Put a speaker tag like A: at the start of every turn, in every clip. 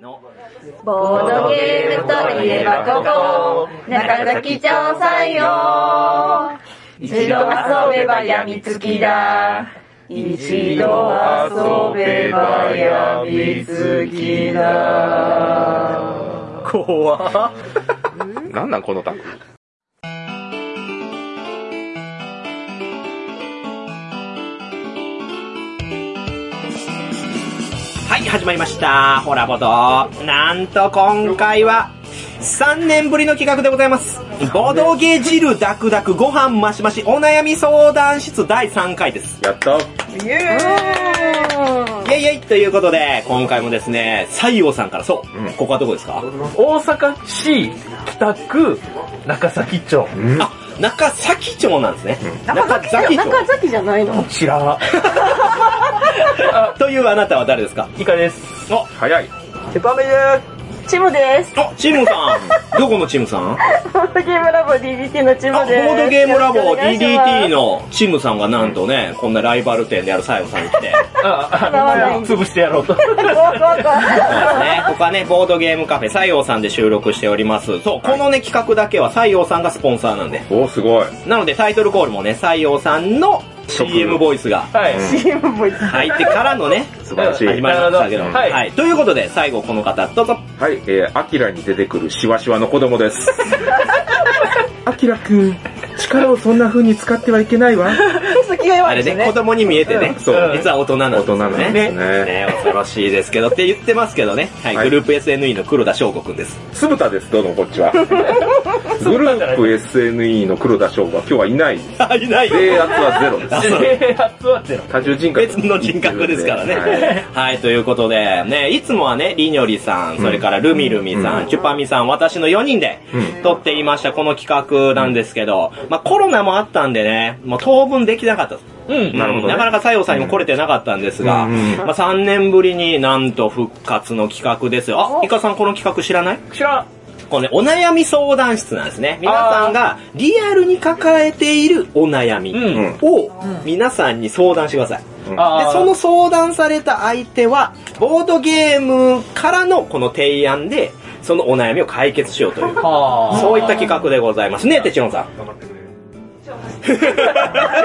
A: の
B: ボードゲームといえばここ、中崎町さんよ。一度遊べばやみつきだ。一度遊べばやみつきだ。
C: 怖っ
D: なんなんこのタンク
A: はい始まりましたホラボドなんと今回は3年ぶりの企画でございますボドゲ汁ダクダクご飯マシマシお悩み相談室第3回です
D: やった
B: イエー
A: イェイイェイということで今回もですね西洋さんからそう、
D: うん
A: ここはどこですか、
C: 大阪市北区中崎町。
A: あ中崎町なんですね、中崎町
B: 中崎じゃないの
C: 知らん。
A: というあなたは誰ですか
C: イカです。
A: お
D: 早い
C: ペパメで
B: チムです。
A: おチームさ んどこのチームさん
B: ボードゲームラボ DDT のチ
A: あ
B: ム
A: ボ
B: です。
A: ードゲームラボ
B: の。
A: DDT のチームさんがなんとね、こんなライバル店である西洋さんに来て
C: あ、あの、潰してやろうと。
B: 怖い怖い怖い
A: そう ですね。ここはね、ボードゲームカフェ西洋さんで収録しております。そう、このね、企画だけは西洋さんがスポンサーなんで。
D: おすごい
A: なのでタイトルコールもね、西洋さんの CM ボイスが
C: はい。
B: CM ボイス。
A: 入ってからのね、
D: 素晴らしい
A: 始まりましたけど。
C: なるほど
A: は、
C: はいい
A: ということで、最後この方、どうぞ。
D: はいえー、アキラに出てくるシワシワの子供です アキラくん力をそんな風に使ってはいけないわ
B: 好きが
A: あ
B: 弱い
A: れ
B: です
A: ね、子
B: ね。
A: 供に見えてね、
D: そう
A: 実は大人なんですよね。
D: 大人な
A: ね
D: んですね
A: ね恐ろしいですけど、って言ってますけどね。はい、
D: はい
A: グループ SNE の黒田翔吾くんです。
D: つぶたですどうもこっ ちはグループ SNE の黒田翔吾は今日はいない
A: あ、いない
D: 制圧はゼロです
A: あそう
C: 制圧はゼロ。
D: 多重人 格
A: 別の人格ですからね。
D: はい
A: はい、ということで、ね、いつもはね、りにょりさん、それからルミルミさん、チュパミさん、私の4人で
D: う
A: 撮っていました、この企画なんですけど、まあコロナもあったんでね、もう当分できなかったです。
C: うん。
D: なるほどね
A: なかなか西洋さんにも来れてなかったんですが、
D: うんうん
A: まあ3年ぶりになんと復活の企画ですよ。あ、イカさんこの企画知らない
C: 知らん。
A: このね、お悩み相談室なんですね。皆さんがリアルに抱えているお悩み
C: うん
A: を皆さんに相談してください。で、
C: あ
A: その相談された相手は、ボードゲームからのこの提案で、そのお悩みを解決しようと いう、
C: は
A: そういった企画でございますね、てちろんさん。
D: え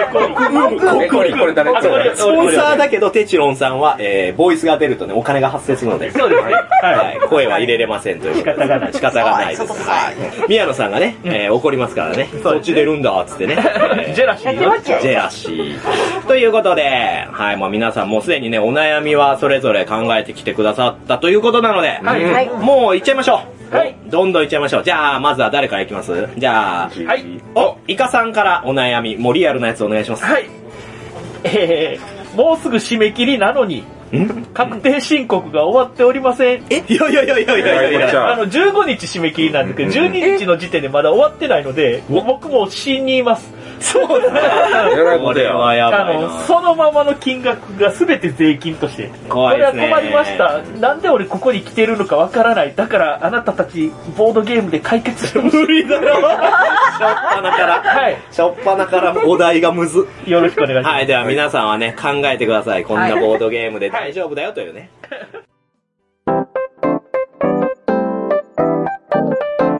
D: これこれ誰
C: あこれ
A: スポンサーだけど、てちろんさんは、えー、ボイスが出るとね、お金が発生するので。
C: そうですね
A: は
C: はいい。
A: 声は入れれませんという。仕
C: 方がない
A: 仕方がないです。はい。宮野さんがね、えー怒りますからね。そっち出るんだ、つってね。えー
C: ジェラシー。
A: ジェラシー。ということで、はい、もう皆さんもうすでにね、お悩みはそれぞれ考えてきてくださったということなので、
D: はい
B: はい
A: もう行っちゃいましょう。
C: はい
A: どんどん行っちゃいましょう。じゃあ、まずは誰から行きますじゃあ、
C: はい
A: お、イカさんからお悩み、もうリアルなやつお願いします。
C: はい。えー、もうすぐ締め切りなのに、確定申告が終わっておりません。
A: えいやいやいやいやいやいやい
D: じ
A: や。
D: ゃあ
C: あの、15日締め切りなんですけど、
D: うん
C: 12日の時点でまだ終わってないので、僕も死にいます。そう
D: え
C: だ
D: らいこ
A: ことれ
D: や
A: はや
C: あ
A: ばい
C: の、
A: な。
C: そのままの金額が全て税金として。
A: 怖いですね
C: これは困りました。なんで俺ここに来てるのかわからない。だからあなたたち、ボードゲームで解決してほしい。無理だろ
A: しょっぱなから、
C: はい。
A: しょっぱなからお題がむず。
C: よろしくお願いします。
A: はい、では皆さんはね、考えてください。こんなボードゲームで大丈夫だよというね。
D: は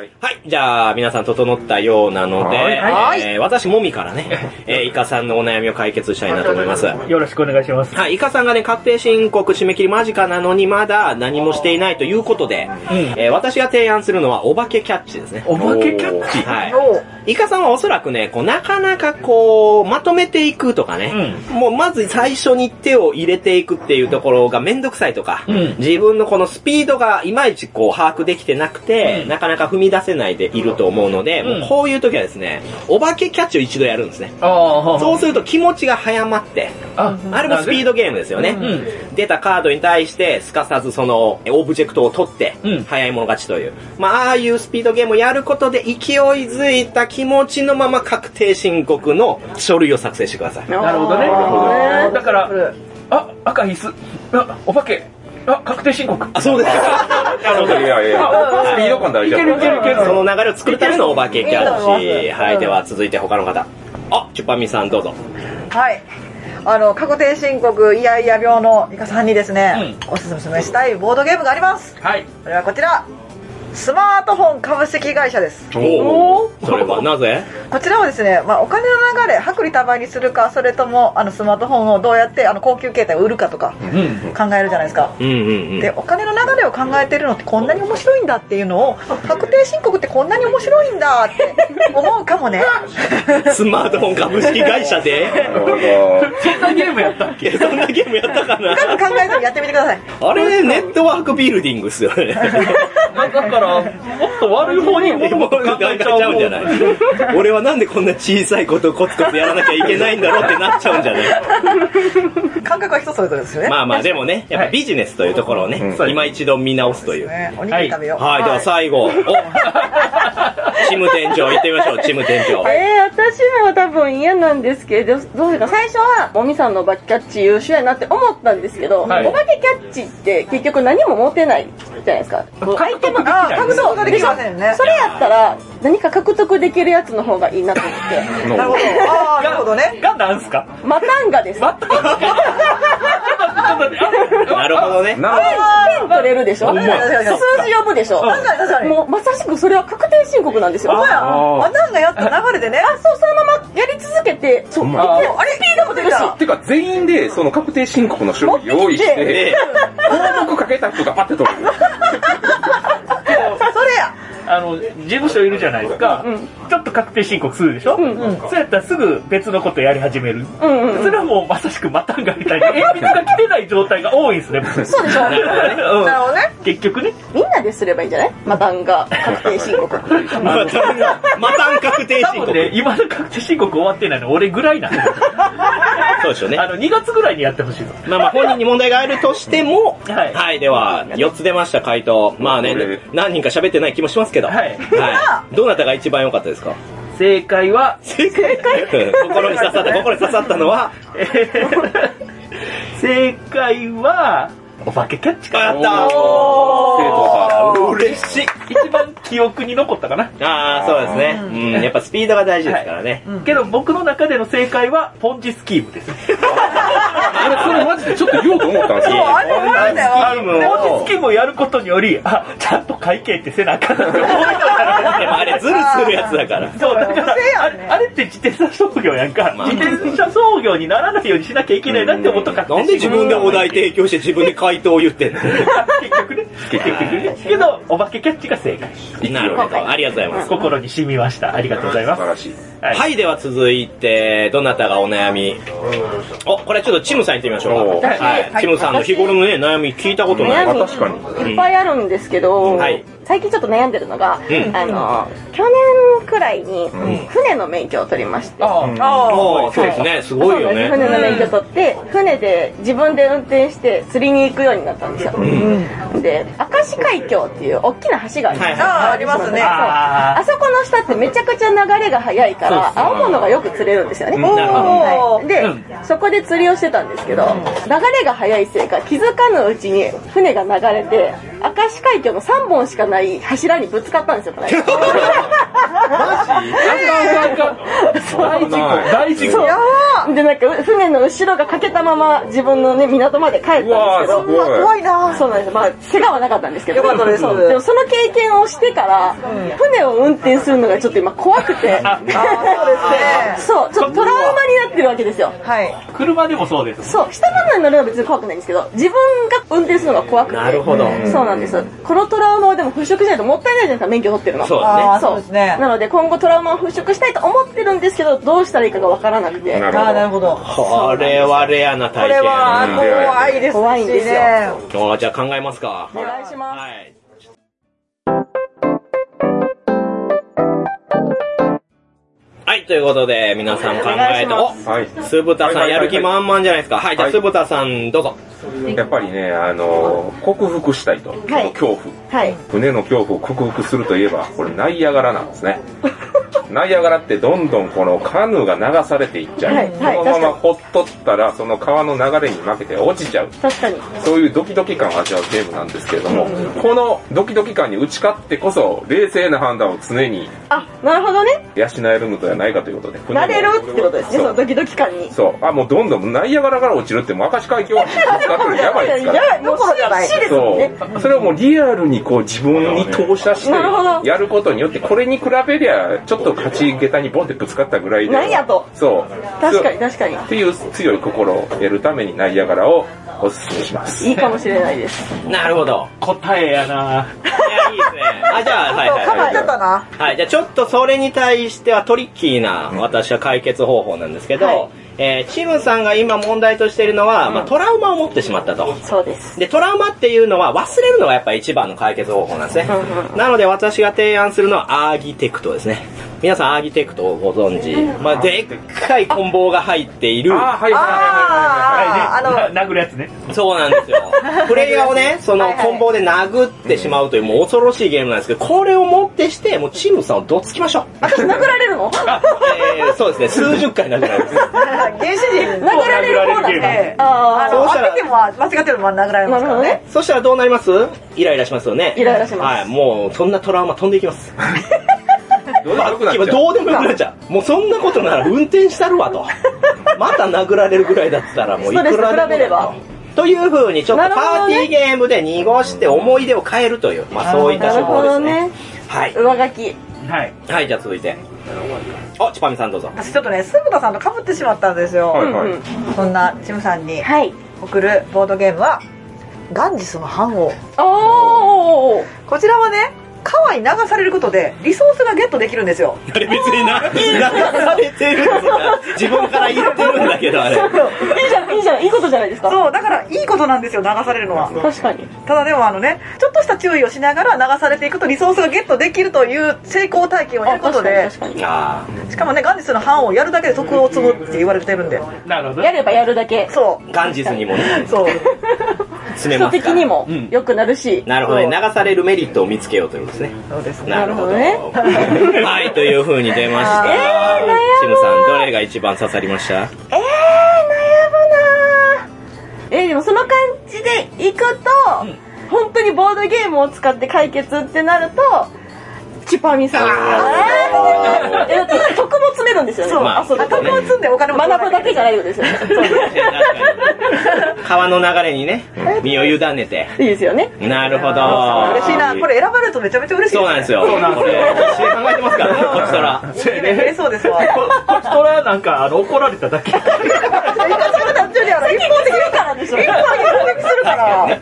D: い
A: はい、じゃあ皆さん整ったようなので、
D: はい
A: えー私もみからね、えーイカさんのお悩みを解決したいなと思います。
C: よろしくお願いします。
A: はい、イカさんがね、確定申告締め切り間近なのにまだ何もしていないということで、えー私が提案するのはお化けキャッチですね。
C: お化けキャッチ
A: はい。イカさんはおそらくね、こう、なかなかこう、まとめていくとかね、もうまず最初に手を入れていくっていうところがめんどくさいとか、
C: うん
A: 自分のこのスピードがいまいちこう、把握できてなくて、
C: うん
A: なかなか踏み出せないでいると思うので、
C: うん
A: もうこういう時はですね、お化けキャッチを一度やるんですね。
C: ああ、
A: そうすると気持ちが早まって、
C: あ
A: あれもスピードゲームですよね。
C: う
A: 出たカードに対して、すかさずその、オブジェクトを取って
C: うん、
A: 早い者勝ちという。まあ、ああいうスピードゲームをやることで、勢いづいた気持ちのまま確定申告の書類を作成してください。
C: なるほどね。
B: あー
C: だから、あ、赤椅子、あ、お化け、あ、確定申告。
A: あ、そうです。
D: いやいやいやスピード感大事だ
C: いけるいけるいける。
A: その流れを作るためのお化けキャ
B: いいと思
A: ッ
B: い
A: チ。
B: ます
A: はい、では続いて他の方。あ、チュパミさんどうぞ。
E: はい。あの確定申告いやいや病のイカさんにですね、おすすめしたいボードゲームがあります
C: はい。
E: それはこちらスマートフォン株式会社です
A: おおそれはなぜ
E: こちらはですね、まあ、お金の流れ薄利多売にするかそれともあのスマートフォンをどうやってあの高級携帯を売るかとか
C: うん。うん。
E: 考えるじゃないですか
A: うんうんう
E: で
A: ん。
E: お金の流れを考えてるのってこんなに面白いんだっていうのを確定申告ってこんなに面白いんだって思うかもね
A: スマートフォン株式会社で
D: なる
C: そんなゲームやったっけ
A: いやそんなゲームやったかな
E: 多分考えずにやってみてください
A: あれ、ネットワークビルディングっすよね。
C: だから、もっと悪い方にもっと
A: も
C: も
A: う
C: っと考
A: 考え
C: え
A: ち
C: ち
A: ゃ
C: ゃ
A: うんじゃない俺はなんでこんな小さいことをコツコツやらなきゃいけないんだろうってなっちゃうんじゃない
E: 感覚は人それぞれですよね、
A: まあまあ、でもね、やっぱビジネスというところをね、
D: うん
A: 今一度見直すという。はい、
E: ねおにぎり食べよう、
A: では最後、おチム店長行ってみましょう、チム店長。
F: えー、私は多分嫌なんですけど、どうですか最初は、もみさんのお化けキャッチ優秀やなって思ったんですけど、
C: はい
F: お化けキャッチって結局何も持てないじゃないですか。
C: 回転もでき
E: ああ
C: ない。
E: ー格闘ができませんね
F: それやったら、何か獲得できるやつの方がいいなと思っ
D: ほど。
E: なるほどああなるほどね
C: がなんすか
F: て。マタンガです。ペン
A: なるほどね。
D: なる
F: ペン取れるでしょ
E: ほんまや
F: 数字呼ぶでしょ
E: 確かに確かに
F: もうまさしくそれは確定申告なんですよ。
E: ほんまや
D: あー
E: あなんかやった流れでねあ
F: そう、そのままやり続けて、そう、
D: ほん
F: で
D: まや
F: あれスピードも出るし。
D: てか、全員で、その確定申告の書類用意し、
F: 持って
A: で、
D: 項目かけた人がパッて取る。
E: それや
C: あの、事務所いるじゃないですか。ちょっと確定申告するでしょ
F: ん
C: そうやったらすぐ別のことやり始める。
F: うんうん
C: それはもうまさしくマタンガみたいに、鉛筆が来てない状態が多いんですね。
F: そうでしょ
C: うん
E: なるほどね
C: 結局ね。
F: みんなですればいいんじゃないマタンガ確定申告。
A: また、またん確定
C: 多
A: 申
C: 分
A: 告。
C: ね、今の確定申告終わってないの俺ぐらいなんであ
A: そうでしょうね。
C: の、2月ぐらいにやってほしいの。
A: まあまあ本人に問題があるとしても、
C: はい
A: では、4つ出ました回答。まあね
D: これ、
A: 何人か喋ってない気もしますけど。
C: はい
A: はいどなたが一番良かったですか
C: 正解は、
A: 正解 心に刺さった、 心に刺さったのは、
C: えー正解は、お化けキャッチ
A: あ
C: か
A: やっ
C: な。
A: た
D: 正当派。
A: 嬉しい。
C: 一番記憶に残ったかな。
A: ああ、そうですね。うん、やっぱスピードが大事ですからね。
C: けど僕の中での正解は、ポンジスキームです。
D: あれ、それマジでちょっと言おうと思ったんです
E: そうあれ流れだよ
A: あの
C: ポン
A: も
C: ジスキームをやることにより、あ、ちゃんと会計ってせなあかんなって思いながら
A: うでもあれ、ズルするやつだから。
C: そう、だから、
E: 不正
C: あ
E: やん
C: れ
E: ね
C: あれって自転車操業やんか。
A: まあ
C: 自転車操業にならないようにしなきゃいけないなって思ったから。
A: なんで自分でお題提供して自分で回答を言ってんの
C: 結局ね。結局ね。けど、お化けキャッチが正解。
A: なるほど。ありがとうございます。
C: 心に染みました。ありがとうございます。
D: 素晴らしい。
C: はい
A: はい、では続いて、どなたがお悩みお、これはちょっとチムさん行ってみましょう
D: お
A: か。
D: ー
A: はい。チムさんの日頃のね、悩み聞いたことない。
F: 悩み
D: 確かに
F: いっぱいあるんですけど、
A: はい
F: 最近ちょっと悩んでるのが、
A: うん
F: あの去年くらいに
A: ん
F: 船の免許を取りまして、
E: あ
A: おーそうですね、す
F: そう
A: ごいよ
F: なんです船の
A: ね。
F: 免許取って、船で自分で運転して釣りに行くようになったんですよ、で明石海峡っていう大きな橋があります、
A: はい
E: あああありますね
C: あ
F: あそこの下ってめちゃくちゃ流れが速いから青物がよく釣れるんですよね、
A: んなるほど
F: はいで、
C: うん
F: そこで釣りをしてたんですけど、流れが速いせいか気づかぬうちに船が流れて明石海峡の3本しかない柱にぶつかったんですよ この間
C: 大事故、大事故。
F: そうでなんか船の後ろが欠けたまま自分のね港まで帰ったんです
D: うわ
F: け
D: ー、す
F: ど
E: あ怖
D: ごい。
E: いな
F: そうなんですよまあ怪我はなかったんですけど
E: よかったです
F: うんでもその経験をしてから船を運転するのがちょっと今怖くて
E: そうですね
F: そう、ちょっとトラウマになってるわけですよ。
E: はい
C: 車でもそうです。
F: そう、下まで乗るのは別に怖くないんですけど、自分が運転するのが怖くて。
A: なるほど
F: そうなんです。このトラウマをでも払拭しないともったいないじゃないですか、免許取ってるの。
A: そうだね
E: ああそうですね
F: なので今後トラウマを払拭したいと思ってるんですけど、どうしたらいいかがわからなくて。
D: なる
E: ああなるほど
A: これはレアな
E: こ
A: 体
E: れ
A: 験。
E: は
D: うん
E: 怖いですしね
F: 怖いんですよ
A: あーじゃあ考えますか。
F: お願いします。
A: はい。はい、ということで、皆さん考えて、
F: お願い
A: お
D: はい。
A: 酢豚さんやる気満々じゃないですか。はい、じゃあ
D: はい
A: 酢豚さんどうぞ。
D: やっぱりね、あのー、克服したいと。この恐怖。
F: はい。
D: 船の恐怖を克服するといえば、これ、ナイアガラなんですね。ナイアガラってどんどんこのカヌーが流されていっちゃう。
B: はいはい
D: このままほっとったら、その川の流れに負けて落ちちゃう。
B: 確かに。
D: そういうドキドキ感を味わうゲームなんですけれども、このドキドキ感に打ち勝ってこそ、冷静な判断を常に
B: あ、なるほどね。
D: 養えるのではないかということで。
B: 慣れるってことですね、そ
D: そ
B: の
D: う。
B: ドキドキ感に。
D: そう。あ、もうどんどんナイアガラから落ちるって、もう明石海峡に 使ってるやばいですから。
B: やばい、もうこれじゃない。ですもんね。
D: そう。それをもうリアルにこう自分に投射して
B: なるほど
D: やることによって、これに比べりゃ、ちょっと勝ち下駄にボンってぶつかったぐらいで。
B: なんやと
D: そう。
B: 確かに
D: そう
B: 確かに。
D: っていう強い心を得るためにナイアガラをおすすめします。
B: いいかもしれないです。
A: なるほど。
C: 答えやない
A: や、いいです ね。あ、じゃあ、はいはい、
E: かぶ
A: は
E: っ
A: い。
E: ちゃったな。
A: はい、じゃあちょっとそれに対してはトリッキーな私は解決方法なんですけど、
B: はい
A: えーチムさんが今問題としているのは、まあ、トラウマを持ってしまったと。
B: そう です。
A: で、トラウマっていうのは忘れるのがやっぱ一番の解決方法なんですね
B: うんう。
A: なので私が提案するのはアーギテクトですね。皆さんアーギテクトをご存知。まあ、でっかい棍棒が入っている。
D: あー、はいはいはいはいはい。
E: あ
C: あ
E: ー あ
C: の、な殴るやつね。
A: そうなんですよ。プレイヤーをね、その
E: はいはい
A: 棍棒で殴ってしまうというもう恐ろしいゲームなんですけど、これをもってして、もうチムさんをどつきましょう。
B: 殴られるの殴
A: えー、そうですね、数十回殴られる。
E: 原始人、
B: られる方なん
C: 殴られ
B: で
E: る。あ
B: あ
A: そう
E: の、
A: したら
E: 当てても間違ってるもん殴られ
B: あ。
E: ま
B: な
E: す
B: るほ
E: から
B: ど
E: ね
B: ね。。
A: そしたらどうなりますイライラしますよね。
B: イライラします
A: はい、もうそんなトラウマ飛んでいきます。
D: どうでもよくなっちゃう
A: どうでもよくなっちゃう。もうそんなことなら運転したる わと。また殴られるぐらいだったらもういくらでもだ
B: ストレス比べれば。
A: という風にちょっ
B: な
A: と
B: る
A: パ
B: ほど
A: ー
B: ね
A: ティーゲームで濁して思い出を変えるという、まあそういった
B: な
A: 手
B: る
A: 法
B: ほ
A: です
B: ど
A: ね。
B: ね。
A: はい。
B: 上書き。
C: はい。
A: はい、じゃあ続いて。お、ちぱみさん どうぞ。
E: 私ちょっとね、スムタさんと被ってしまったんです
D: は
E: よ。
D: いはい
B: うんうん
E: そんなチムさんに
B: はい。
E: 送るボードゲームは、ガンジスの反応。
B: おー。
E: こちらはね、川に流されることでリソースがゲットできるんですよ。
A: あれ別にな、流されてるんですが自分から言ってるんだけど、あれ。
B: いいじゃん、いいじゃん、いいことじゃないですか。
E: そう、だからいいことなんですよ、流されるのは。
B: 確かに。
E: ただでもあのね、ちょっとした注意をしながら流されていくとリソースがゲットできるという成功体験をや
B: あ
E: ること
B: 確かに
E: で、
B: 確かに。
A: あ
E: しかもね、ガンジスの班をやるだけで得を積むって言われてるんで。
C: なるほど。
B: やればやるだけ、
E: そ
A: ーガンジスにもね
E: う、そう。
B: 基
A: 詰め
B: 礎
A: ます
B: 的
A: から。
B: にも
C: うん
B: 良くなるし。
A: なるほどね、流されるメリットを見つけようということですね。
E: そうですね。
A: なるほど。
B: なるほど
A: はい、という風に出ました。
B: えー悩む
A: チムさん、どれが一番刺さりました
B: えー、悩むなーえー、でもその感じでいくと、本当にボードゲームを使って解決ってなると、チュパミさん。
A: あー
B: えー、えだって得も詰めるんですよね。
E: そう
A: まあ
B: 遊ぶと
E: 得
B: ね
E: を積んでお金も取ら
B: 学ぶだ
E: ないと
B: け
E: い
B: じゃないんですよね。
A: 川の流れにね、身を委ねて。
B: いいです よね。
A: なるほ
E: あー
A: ど。
E: 嬉しいな。これ選ばれるとめちゃめちゃ嬉しい。
A: そうなんですよ。
C: そうなんですよ
A: これ、一緒に考えてますからね、こっちとら。
E: いいね。嬉し そうですわ。
C: ここっちとらなんか、あの、怒られただけ。
E: 一方的に一
B: 一方的にからでしょ。
E: 方的するから。ね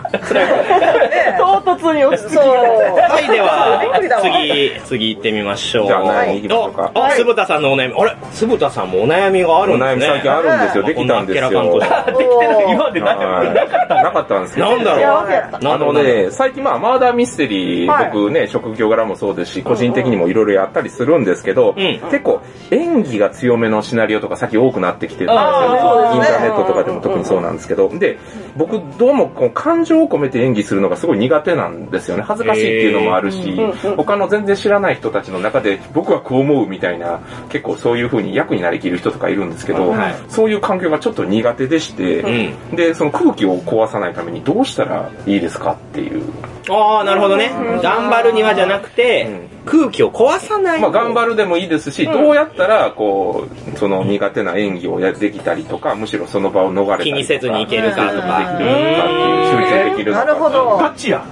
E: え
B: 唐突に落ち着きが
E: そう。
A: はい、で
E: びっくりだわ
A: は、次、次行ってみましょう。
D: じゃあ何行きましょうか
A: おお、酢豚さんのお悩み。あれ酢豚さんもお悩みがある
D: お
A: んです
D: 悩
A: ね。
D: み最近あるんですよ。できたん です
A: こなあっけ
D: よ。
A: らかんこ
C: できてる今までなかった。なかった。
D: なかったんですよ
A: なんだろ
B: 幸せやった。
A: う。な
D: あ
A: んだろ
D: の
A: う。
D: ね、最近まあ、マーダーミステリー、
E: はい
D: 僕ね、職業柄もそうですし、個人的にもいろいろやったりするんですけど、
A: うん
D: 結構演技が強めのシナリオとか最近多くなってきてるんです
E: あー
D: よね。イ
E: そう
D: ン
E: で
D: タ
E: すね
D: ーネットとかでも特にそうなんですけど、で、僕どうもこう感情を込めて演技するのがすごい苦手なんですよね。恥ずかしいっていうのもあるし
B: へーうん、
D: 他の全然知らない人たちの中で僕はこう思うみたいな、結構そういう風に役になりきる人とかいるんですけど
A: はい、
D: そういう環境がちょっと苦手でして、
A: うん。
D: で、その空気を壊さないためにどうしたらいいですかっていう。
A: ああ、なるほどね。頑張るにはじゃなくて、空気を壊さない。
D: まあ、頑
A: る。
D: 張るでもいいですし、どうやったら、こう、その苦手な演技をやできたりとか、むしろその場を逃れたりとか。
A: 気にせずにいけるかとか。
D: できるのかっていう集中できるのか
E: なるほど。
C: ガチや。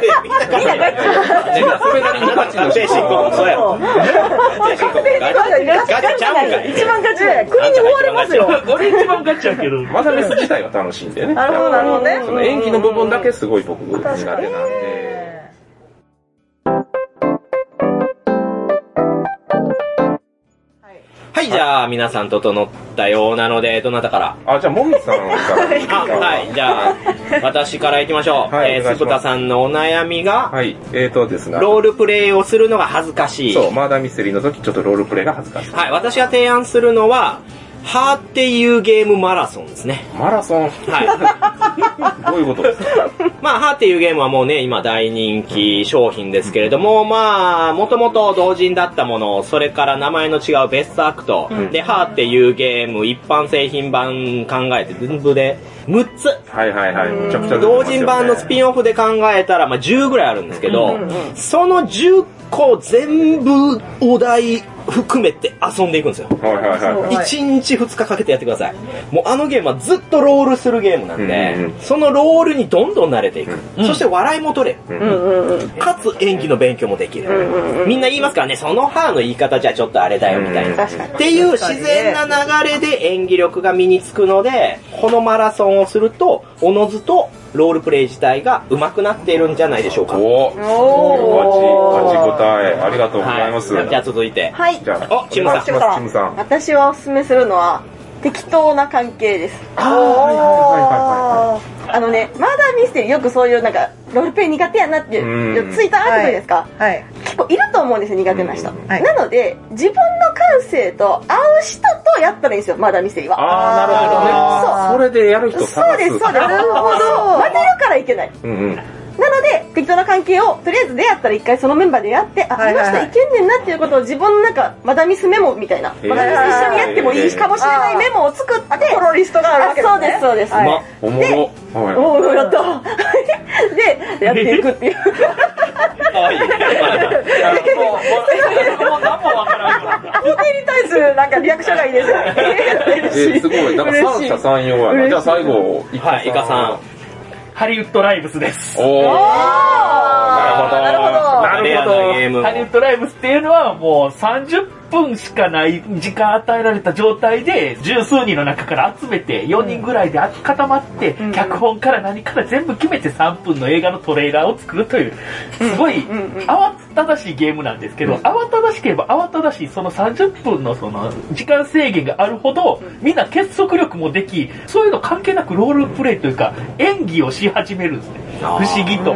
D: みんなそれなりに価値の
A: 精神
D: 人
A: 科そうやろ。精神科ガチガチちゃうんかい。
E: 一番勝ちで国に追われますよ。
C: 俺一番ガチやけ ど。
D: マダミス自体は楽しいんでね。
E: なるほど、なるほど
D: そ
E: ね。
D: の演技の部分だけすごい僕苦手なんで。
A: はい、じゃあ皆さん整ったようなので、どなたから
D: あ、じゃあ、もみさんからいいです
A: あ、
D: か。
A: はい、じゃあ、私から行きましょう。
D: はい
A: え
D: お願
A: ー、
D: い
A: ス
D: します
A: プタさんのお悩みが、
D: はい。えーとですが、
A: ロールプレイをするのが恥ずかしい。
D: そう、マーダーミステリーの時、ちょっとロールプレイが恥ずかしい。
A: はい、私が提案するのは、ハーっていうゲームマラソンですね。
D: マラソン。
A: はい。
D: どういうことですか
A: まあ、ハーっていうゲームはもうね、今大人気商品ですけれども、まあ、もともと同人だったもの、それから名前の違うベストアクト、で、ハーっていうゲーム、一般製品版考えて、全部で6つ。
D: はいはいはい。めちゃくちゃ出てますよね
A: 同人版のスピンオフで考えたら、まあ、10ぐらいあるんですけど、その10個全部お題含めて遊んでいくんですよ。
D: はいはいはい。
E: はい
A: 1日2日かけてやってください。もうあのゲームはずっとロールするゲームなんで、
D: うんうん
A: そのロールにどんどん慣れていく。そして笑いも取れ
B: う
A: る。
B: んうんうん。
A: かつ演技の勉強もできる。
B: うんうん
A: みんな言いますからね、その歯の言い方じゃちょっとあれだよみたいな。
E: 確かに。
A: っていう自然な流れで演技力が身につくので、このマラソンをすると、おのずとロールプレイ自体が上手くなっているんじゃないでしょうか。は
D: おぉ。
E: おー
D: ガチ、ガチ答え。ありがとうございます。
A: じゃあ続いて。
F: はい
D: じ。ゃあ、
A: おチムさん
D: お願いしますチムさん。
F: 私はおすすめするのは、適当な関係です。
D: あはいはいはいはいはい。
F: あのね、マーダーミステリー、よくそういうなんか、ロールプレイ苦手やなって、
D: うん
F: ツイッターあるじゃないですか。
E: はい。
F: 結構いると思うんですよ、苦手な人。
D: うん
E: はい
F: なので、自分の感性と合う人とやったらいいんですよ、マーダーミステリーは。
D: あー、なるほどね。そう。それでやる人
F: そう
D: 探
F: です、
D: す。
F: そうです。なるほど。混ぜるからいけない。
D: うんうん。
F: なので、適当な関係を、とりあえず出会ったら一回そのメンバーでやって、あ、
E: はいはいはい
F: あの人いけんねんなっていうことを自分の中、マダミスメモみたいな、
D: えー
F: マダミス一緒にやってもいいかもしれないメモを作って、
E: コロリストがあるわけですね。
F: あそうですそうです
E: はい
A: ま
D: おもろ。はい。
F: おお、やった で、やっていくっていう。
A: かわいい。
C: もう、もう何もわからんから。
E: 聞いてに対するなんかリアクションがいいですよね。
D: えー、すごい。なんか三者三様やな。じゃあ最後、イ
A: はい、イカさ
C: ハリウッドライブスです。
D: ん。おー。
E: なるほど
A: ん。レアなゲーム
C: ハリウ
A: も。
C: ッドライブスっていうのはもう30分しかない時間与えられた状態で十数人の中から集めて4人ぐらいで固まって脚本から何から全部決めて3分の映画のトレーラーを作るというすごい慌ただしいゲームなんですけど慌ただしければ慌ただしいその30分のその時間制限があるほどみんな結束力もできそういうの関係なくロールプレイというか演技をし始めるんですね不
A: あー
C: 思議と。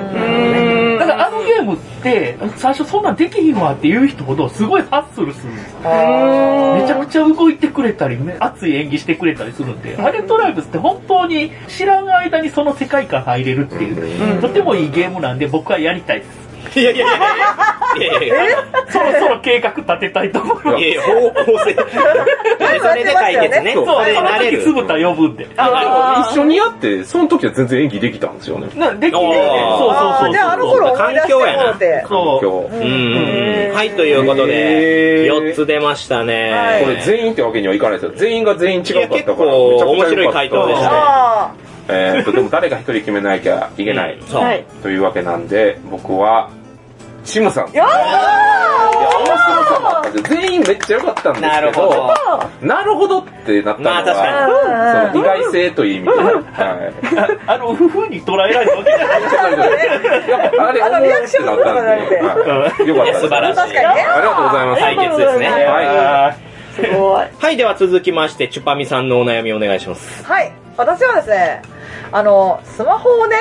C: だからあのゲームって、最初そんなんできひんわっていう人ほどすごいハッスルするんですよめちゃくちゃ動いてくれたり、ね熱い演技してくれたりするんで、ハレットライブズって本当に知らん間にその世界観入れるっていう、とてもいいゲームなんで僕はやりたいです。
A: いやいやいやいやいやいやいや
C: そろそろ計画立てたいと思いま
A: い
C: す。
A: やいや、方向性。それで解決ね。
D: そ
A: そう
C: そう、
A: れで
C: その
A: 慣れ
C: 時
A: る。
C: 酢豚呼ぶんで。
E: あ
D: 一緒にやって、その時は全然演技できたんですよね。
C: なできてる
A: あー
C: ねそうそうそう
E: あ
C: そう。
E: ーじゃああの頃思い出してもうて。
C: そう
D: 今日。
A: うん。はい、ということで、
D: へー
A: 4つ出ました
E: は
A: ね
E: い。
D: これ全員ってわけにはいかないですよ。全員が全員違うかっ
A: いや
D: たから。
A: 結構
D: めちゃくちゃ良かった
A: 面白い回答でしたね
E: あ
D: え ーと、でも誰か一人決めなきゃいけない。
A: そう。
F: はい
D: というわけなんで、僕は、チムさん。いや、
E: ーあ
D: 面白さだったんですよ全員めっちゃ良かったんです
A: なる
D: け
A: ほど
D: ど、。なるほどってなったの
A: まあ確か
D: は、
E: ー
D: その意外性という意味で、はい。
C: あの、夫婦に捉えられたわけじゃない。
D: やっぱあれ、
E: あのリアクション
D: 思うってなったんで、はいよかったです。
A: 素晴らしい
E: 確かにね。
D: ありがとうございます。
A: 解決ですね。
F: は
D: はい。
F: すごい。
A: はい、では続きまして、チュパミさんのお悩みお願いします。
E: はい。私はですね、あの、スマホをね、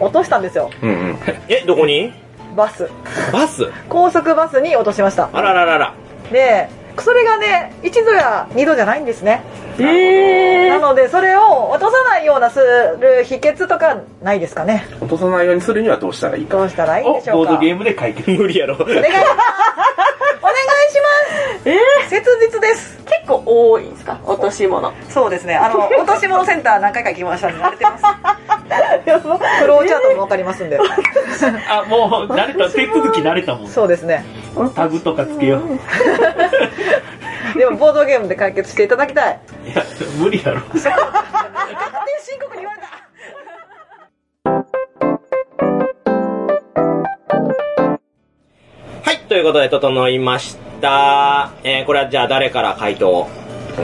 E: 落としたんですよ。
D: うんうん。
A: え、どこに
E: バス。
A: バス
E: 高速バスに落としました。
A: あらららら。
E: で、それがね、一度や二度じゃないんですね。
F: え
E: なので、それを落とさないようなする秘訣とかないですかね。
D: 落とさないようにするにはどうしたらいいか。
E: どうしたらいいん
C: お
E: でしょ
C: ボ
E: う
C: ー
E: か。
C: ドゲームで解 決。
A: 無理やろ。
E: お願いお願いします。え切実です。
F: 結構多いんですか落とし物。
E: そうですね。あの、落とし物センター何回か行きましたんで、慣れてます。 フローチャートもわかりますん
C: あ、
E: で。
C: もう、慣れた、手続き慣れたもん。
E: そうですね。
C: タグとかつけよう。
E: でも、ボードゲームで解決していただきたい。
C: いや、無理やろ。
E: 確定申告に言われた。
A: はい、ということで、整いました。えー、これはじゃあ誰から回答を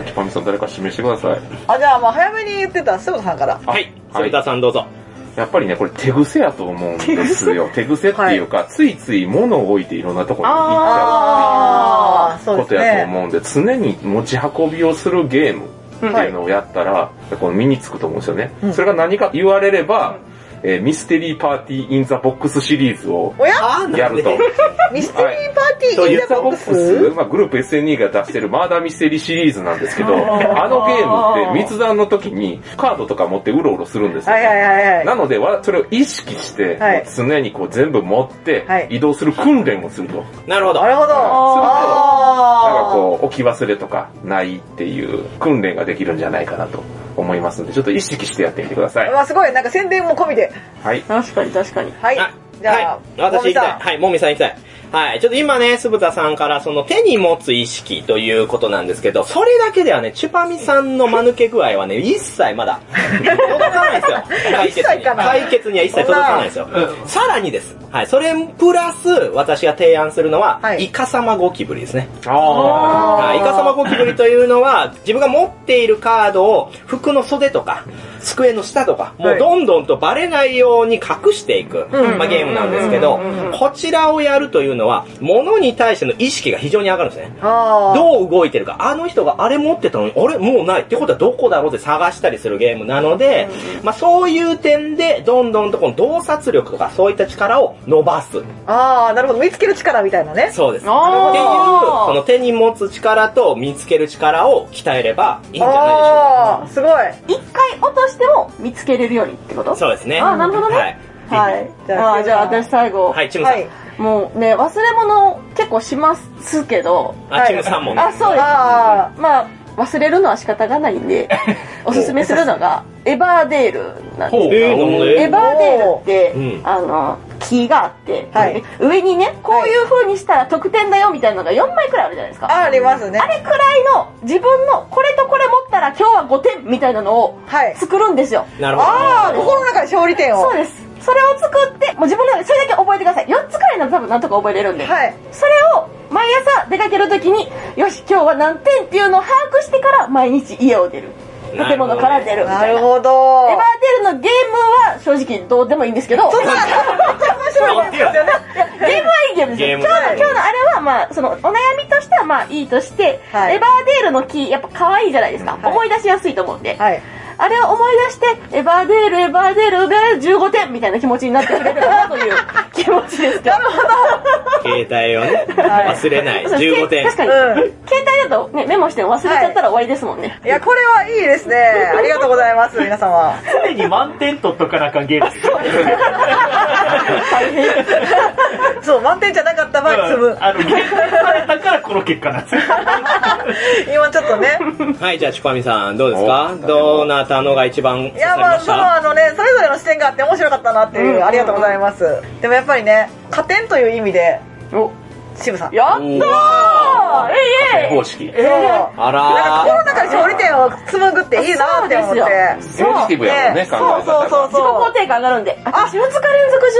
D: ちぱみさん誰か指名してください。
E: あ、じゃあ、まあ、早めに言ってた、すぐさんから。
A: はい、鶴田さんどうぞ。
D: やっぱりね、これ手癖やと思うんですよ。手癖っていうか、ついつい物を置いていろんなところに行っちゃ
E: あー、
D: う
E: そう
D: こ
E: です
D: とやと
E: ね。
D: 思うんで、常に持ち運びをするゲームっていうのをやったら、こう身につくと思うんですよね。
E: うん
D: それが何か言われれば、えーミステリーパーティー・イン・ザ・ボックスシリーズを
E: おや
A: あー
D: や ると。
E: ミステリーパーティーインザボックス
D: まあ、グループ SNE が出してるマーダーミステリーシリーズなんですけど、あのゲームって密談の時にカードとか持ってうろうろするんですよ。
E: はいはいはいは
D: なので、わそれを意識して、
E: はい
D: 常にこう全部持って
E: はい、
D: 移動する訓練をすると。
A: なるほ
E: い。
A: ど
E: な。るほど。
D: なんか
E: あ
D: こう、置き忘れとかないっていう訓練ができるんじゃないかなと思いますので、ちょっと意識してやってみてくださ
E: ー。
D: い。
E: まあすごい、なんか宣伝も込みで。
D: はい。
G: 確かに確かに。
E: はい。じゃあ、
A: はい、私行きたい。
E: 大見さん
A: はい、もみさん行きたい。はい、ちょっと今ね、鈴田さんからその手に持つ意識ということなんですけど、それだけではね、チュパミさんの間抜け具合はね、一切まだ届かないですよ。解決
E: 一
A: に。
E: 切かな
A: 解決には一切届かないですよ。さらにです。はい、それプラス、私が提案するのは、
E: はい
A: イカサマゴキブリですね。
D: あ
A: はいイカサマゴキブリというのは、自分が持っているカードを服の袖とか、机の下とか、も
E: は
A: う
E: い
A: どんどんとバレないように隠していく、
E: うん
A: まあ、ゲームなんですけど、こちらをやるというのは、物に対しての意識が非常に上がるんですね。
E: あー
A: どう動いてるか、あの人があれ持ってたのに、あれもうないってことはどこだろうって探したりするゲームなので、まあそういう点で、どんどんとこの洞察力とかそういった力を伸ばす。
E: あー、なるほど。見つける力みたいなね。
A: そうです。っていう、
F: あー
A: その手に持つ力と見つける力を鍛えればいいんじゃないでしょ
E: あー、すごい。
F: 一回落としても見つけれるようにってこ
A: うか。
F: と
A: そうですね。
F: あーなるほどね
A: はい。
F: はい。
E: じゃあ
F: あーじゃあ私最後。
A: はい、チムさ
E: は
A: ん。
E: い。
F: もうね、忘れ物結構しますけど、
A: あ、チムさんもね。
F: あ、そうです。
E: あ
F: まあ、忘れるのは仕方がないん で、おすすめするのが、エバーデールなんです。
A: えーなんで
F: エバーデールって、
A: うん
F: あの、木があって、
E: はい
F: で上にね、こういう風にしたら得点だよみたいなのが4枚くらいあるじゃないですか。
E: ありますね
F: あ。れくらいの自分のこれとこれ持ったら今日は5点みたいなのを
E: はい。
F: 作るんですよ。
A: なるほど。
E: あー、心の中で勝利点を。
F: そうです。それを作って、もう自分の中でそれだけ覚えてください。4つくらいなら多分なんとか覚えれるんで。
E: はい。
F: それを毎朝出かけるときに、よし、今日は何点っていうのを把握してから毎日家を出る。
A: なるほど
F: 建物から出るみ
E: な
F: たい
E: る
F: な。
E: ほど。
F: エバーテールのゲームは正直どうでもいいんですけど、
E: そうなんだ。めっちゃ面白いですよね。
F: いやゲームはいいゲームですよ。
A: ゲーム
F: 今日
A: は
F: の、
A: いい
F: 今日のあれはまあ、その、お悩みとしてはまあいいとして、
E: はい
F: エバーデールの木、やっぱ可愛いじゃないですか。
E: はい
F: 思い出しやすいと思うんで。
E: はい。
F: あれを思い出して、エバーデール、エバーデールが15点みたいな気持ちになってくれるかなという気持ちですけど。
A: 携帯をね、
E: はい
A: 忘れない。
F: そう
A: 15点。
F: 確かに。
E: うん
F: 携帯だとね、メモして忘れちゃったら終わりですもんね。
E: いや、これはいいですね。ありがとうございます、皆様。
C: 常に満点取っとかなあかんゲームですよ。
E: そう、満点じゃなかった場合、積む。
C: あの、限界されたからこの結果なんですよ。
E: 今ちょっとね。
A: はい、じゃあ、チュパミさん、どうですか
D: お
A: どなたのが一番
E: い
A: 刺さ
E: や、
A: り
E: ま
A: ま
E: あ、
A: し
E: その
A: た
E: あのね、それぞれの視点があって面白かったなっていう、ありがとうございます。でもやっぱりね、加点という意味で、
F: お、
E: 渋さん。
F: やった
A: おー
F: ーえいえい
D: 方式。
E: そう
A: あ
E: なんか
A: ら
E: 心の中で勝利点を紡ぐっていいなって思って。
D: センシティブやもんね、
E: ね
D: 考え方が。
E: そうそうそう
F: 自己肯定感上がるんで、私2日連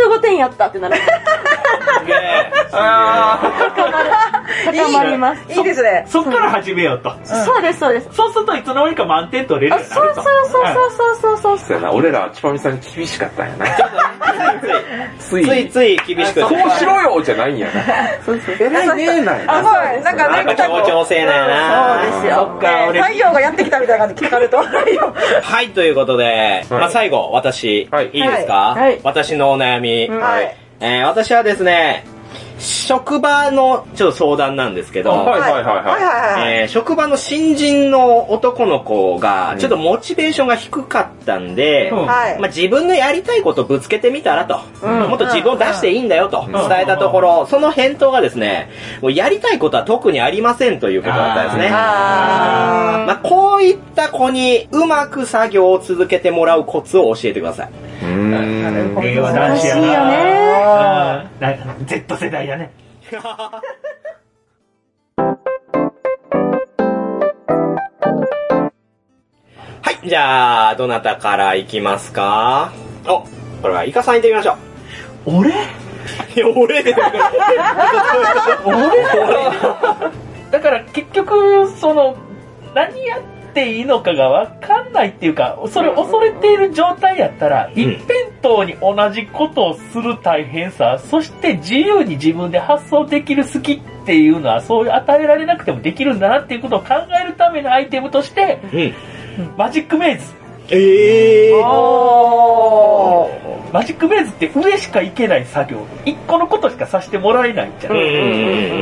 F: 続15点やったってなる。
A: ーすげえ
D: あ
F: 高まります。
E: いいで すね。
C: そっから始めようと。
F: そうです、そうです。
C: そうするといつの間にか満点取れるよ
F: あ
C: うにな
F: そう
C: る
F: そ
C: と。
F: うそうそうそうそ
D: ーそう
F: う。
D: やな、俺ら、ちぱみさんに厳しかったんやな。つい
A: つい
D: つい。
A: つい厳しく。
D: こうしろよじゃないんやな。
F: そうそう
D: 偉いねえなんや
E: あ、
D: な。
E: そうです。なんか
A: なん
E: ね、
A: か協調性だよな。
F: そうですよ
A: そっか、俺。
E: 太陽がやってきたみたいな感じで聞かれると。
A: はい、ということで、まあ最後、私、
D: はい
A: い、いですか、
F: はい
A: 私のお悩み、
F: うん
E: はい。
A: えー私はですね、職場の、ちょっと相談なんですけど、
D: はいはいはい
E: はい
D: は
E: はいはい。
A: えー職場の新人の男の子が
D: う、ん
A: ちょっとモチベーションが低かったんで、
C: うん
E: はい
A: まあ、自分のやりたいことぶつけてみたらと、
F: うん
A: もっと自分を出していいんだよと
D: ん
A: 伝えたところ、その返答がですね、もうやりたいことは特にありませんということだったんですね。
E: あ
A: まあ、こういった子にうまく作業を続けてもらうコツを教えてください。
D: い。うーん。
C: 令和男子や
F: 難しいよね
C: な。うんなんか Z 世代やね。
A: はい、じゃあ、どなたから行きますかお、これはイカさん行ってみましょう。
C: 俺
A: いや、俺で。
C: だから結局、その、何やっていいのかがわかんないっていうか、それを恐れている状態やったら、一辺倒に同じことをする大変さ、そして自由に自分で発想できる好きっていうのは、そういう与えられなくてもできるんだなっていうことを考えるためのアイテムとして、
A: うん。
C: マジックメイズ。
A: ええ
E: おー
C: マジックベースって上しか行けない作業。一個のことしかさせてもらえないじゃ。
A: うん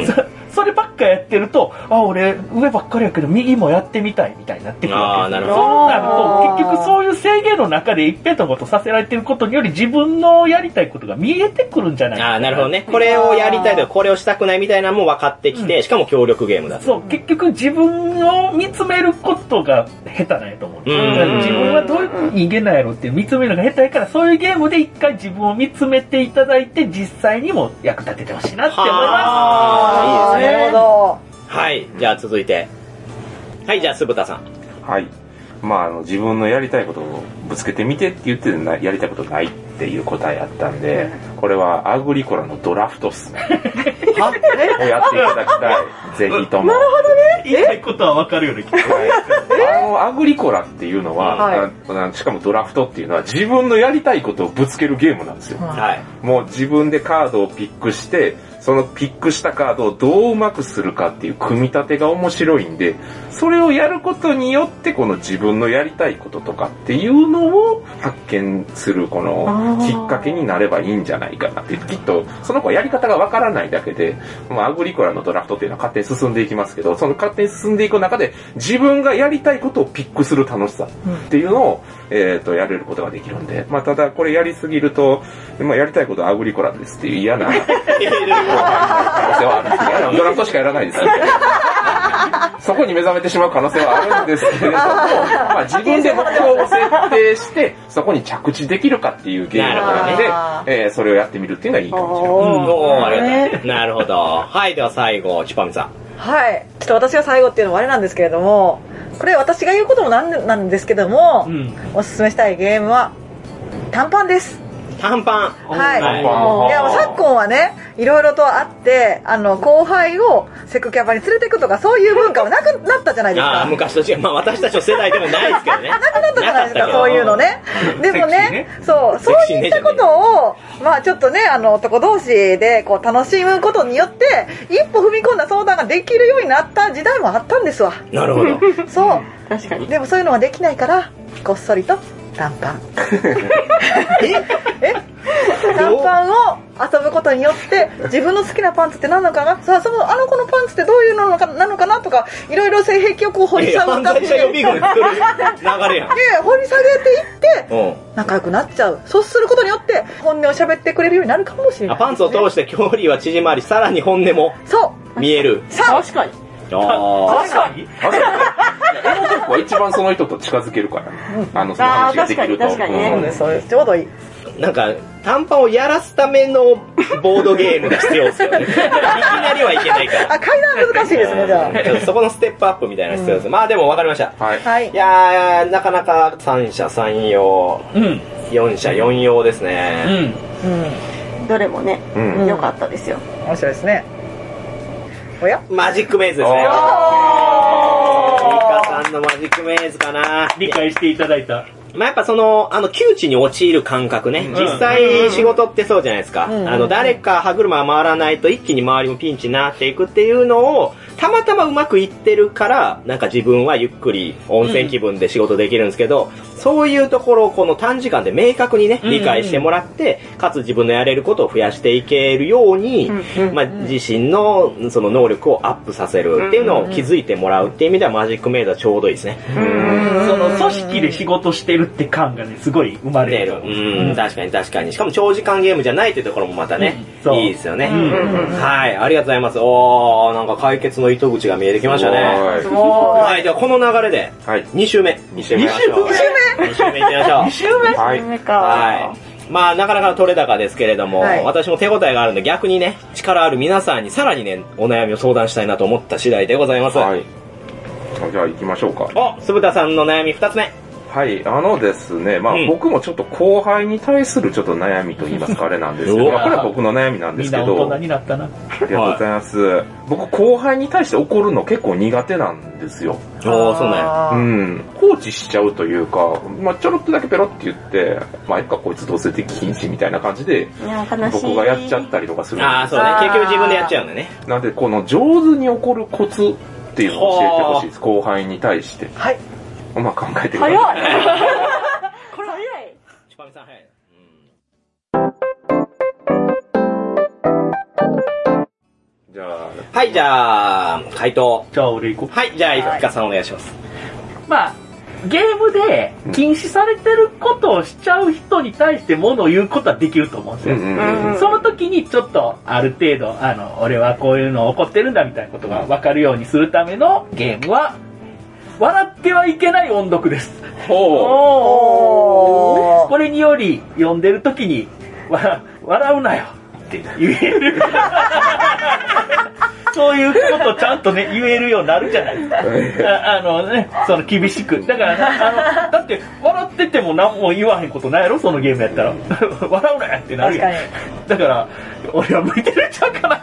A: ん
C: そそればっかやってると、あ、俺、上ばっかりやけど、右もやってみたいみたいになってくる
A: あ
C: わ
A: あ
C: け
A: なるほど
C: そうなると
E: あ、ー
C: 結局そういう制限の中で一平とことさせられてることにより、自分のやりたいことが見えてくるんじゃない
A: ああなるほどねこれをやりたいとかこれをしたくないみたいなのも分かってきてしかも協力ゲームだと
C: そう、結局自分を見つめることが下手なんやと思う。
A: うん
C: だから自分はどういう人間なんやろって見つめるのが下手やから、そういうゲームで一回自分を見つめていただいて、実際にも役立ててほしいなって思いま
A: はあいいですね
E: なるほ
A: はいじゃあ続いてはいじゃあ酢豚さん
D: はい。まあ、あの、自分のやりたいことをぶつけてみてって言ってな、やりたいことないっていう答えやったんで、これはアグリコラのドラフトっすね。をやっていただきたい。ぜひとも。
C: す。言いたいことはわかるよね、きっと
D: はいあの、アグリコラっていうのは、
E: はい
D: ああしかもドラフトっていうのは自分のやりたいことをぶつけるゲームなんですよ。
E: ど。
A: はい
D: もう自分でカードをピックして、そのピックしたカードをどううまくするかっていう組み立てが面白いんで、それをやることによってこの自分のやりたいこととかっていうのを発見するこのきっかけになればいいんじゃないかなって。きっとその子はやり方がわからないだけで、まあアグリコラのドラフトっていうのは勝手に進んでいきますけど、その勝手に進んでいく中で自分がやりたいことをピックする楽しさっていうのを、えっ、と、やれることができるんで、まあただこれやりすぎると、まあやりたいことはアグリコラですっていう嫌な可能性はあるんですけど、ドラフトしかやらないですけど。そこに目覚めてしまう可能性はあるんですけれども、まあ、自分で目標を設定して、そこに着地できるかっていうゲームなので、えーそれをやってみるっていうのがいいかもしれな い。
A: おーありがとう なるほどはいでは最後チュパミさん
E: はい。ちょっと私が最後っていうのもあれなんですけれども、これ私が言うこともなんなんですけども、
C: うん。
E: おすすめしたいゲームは、短パンです。
A: 短パン
E: はい。
A: はい
E: いや、もう昨今はね、いろいろとあって、あの、後輩をセクキャバに連れていくとか、そういう文化はなくなったじゃないです
A: ああ
E: か。
A: 昔と違うまあ私たちの世代でもないですけどね なく
E: なったじゃないですか、そういうのね。で
C: セク
E: も
C: シー
E: ね
C: ね、
E: そう、
A: セ
E: そ
A: ク
E: う
A: シー
E: い
A: ね
E: ったことを、まあちょっとね、あの、男同士で、こう、楽しむことによって、一歩踏み込んだ相談ができるようになった時代もあったんですわ。
A: なるほど
E: そう。
F: 確かに。
E: でもそういうのはできないから、こっそりと短パン。え短パンを遊ぶことによって、自分の好きなパンツって何なのかなさあ、その、あの子のパンツってどういうのなのかなのかなとか、いろいろ性癖をこう掘り
A: え
E: 下げ
A: 犯罪者予備
E: で、
A: 軍来る流れやん
E: 掘り下げていっ て、
A: うん
E: 仲良くなっちゃう。そうすることによって、本音を喋ってくれるようになるかもしれな
A: あ
E: い。
A: パンツを通して距離は縮まり、さらに本音も
E: そ
A: 見える。
E: う。さあ、
F: 確かに。
A: あ
C: 確かに
D: あそうエロテックは一番その人と近づけるから、あの、その話ができると。
F: あー確かに確かにね
E: そう
D: うん
E: です、そうです。ちょうどいい。
A: ー なんか、短パンをやらすためのボードゲームが必要ですよね。いきなりはいけないから。
E: あ、階段難しいですね、じゃ
A: ちょっと そこのステップアップみたいなの必要です。まあでも分かりました。
D: はい
E: あ。。はい
A: い。やー、なかなか三者三様、
C: うん。
A: 四者四様です
C: う
A: ね。
C: ん。
E: うん。
F: どれもね、
D: うん
E: うん
F: 良かったですよ。
E: 面白いですね。おや
A: マジックメイズですね。リカさんのマジックメイズかな。
C: 理解していただいた。
A: まあ、やっぱその、あの、窮地に陥る感覚ね。
D: ん
A: 実際仕事ってそうじゃないですか。
E: うん
A: あの、誰か歯車が回らないと一気に周りもピンチになっていくっていうのを、たまたまうまくいってるから、なんか自分はゆっくり温泉気分で仕事できるんですけど、そういうところをこの短時間で明確にね、
C: うん
A: 理解してもらって、かつ自分のやれることを増やしていけるように、
F: うん
A: まあ、自身のその能力をアップさせるっていうのを気づいてもらうっていう意味ではマジックメイドはちょうどいいですね。
C: その組織で仕事してるって感がね、すごい生まれ
A: 出
C: る
A: る。。うん、確かに確かに。しかも長時間ゲームじゃないっていうところもまたね
C: うん、そう
A: いいですよね。
C: ん
A: はい、ありがとうございます。おー、なんか解決の糸口が見えてきましたね。
D: は
A: はい、ではこの流れで、
D: い。はい。
A: 2週目。
D: 二週目
A: 行きましょう
D: 二
A: 二週目行きましょう。
D: はい。
F: 夢
A: は
F: か。
A: い。まあ、なかなかの取れ高ですけれども、
E: はい
A: 私も手応えがあるんで、逆にね、力ある皆さんにさらにね、お悩みを相談したいなと思った次第でございます。
D: はい。じゃあ行きましょうか。
A: お、酢豚さんの悩み2つ目。
D: はい、あのですね、まあ、
A: うん
D: 僕もちょっと後輩に対するちょっと悩みと言いますか、あれなんですけ
A: う
D: ど、
A: わ
D: まあこれは僕の悩みなんで
C: み
D: す
C: ん
D: け
C: な
D: ど、
C: 大人になったな。
D: ありがとうございます。僕、後輩に対して怒るの結構苦手なんですよ。
A: おー、そうなんや。
E: あ
D: う
E: ー
D: ん。放置しちゃうというか、まあ、ちょろっとだけペロって言って、まあ、いっか、こいつどうせできひんし、みたいな感じで、
F: いや、悲しい。
D: 僕がやっちゃったりとかするん
A: あー、
D: で
A: そうね。結局自分でやっちゃうんだね。
D: す。なんで、この上手に怒るコツっていうのを教えてほしいです。後輩に対して。
E: はい。
D: まあ、考えてください。
F: 早い。
A: みさん早いな。
D: じゃあ、
A: はい、じゃあ、回答。
C: じゃあ俺行こ
A: はい、じゃあ、ふっかさんお願いします。
C: う。まあ、ゲームで禁止されてることをしちゃう人に対してものを言うことはできると思うんです
D: う
C: よ。
D: んうんうん。
C: その時にちょっとある程度、あの、俺はこういうの怒ってるんだみたいなことがわかるようにするためのゲームは、笑ってはいけない音読です。
D: おお。
E: おー
C: これにより、読んでる時に、わ笑うなよって言え る。そういうことちゃんとね、言えるようになるじゃないですか。ああのね、その厳しく。だからね、あの、だって、笑ってても何も言わへんことないやろ、そのゲームやったら。 笑うなよってなるやん。
E: 確
C: だから、俺は向いてるんちゃうか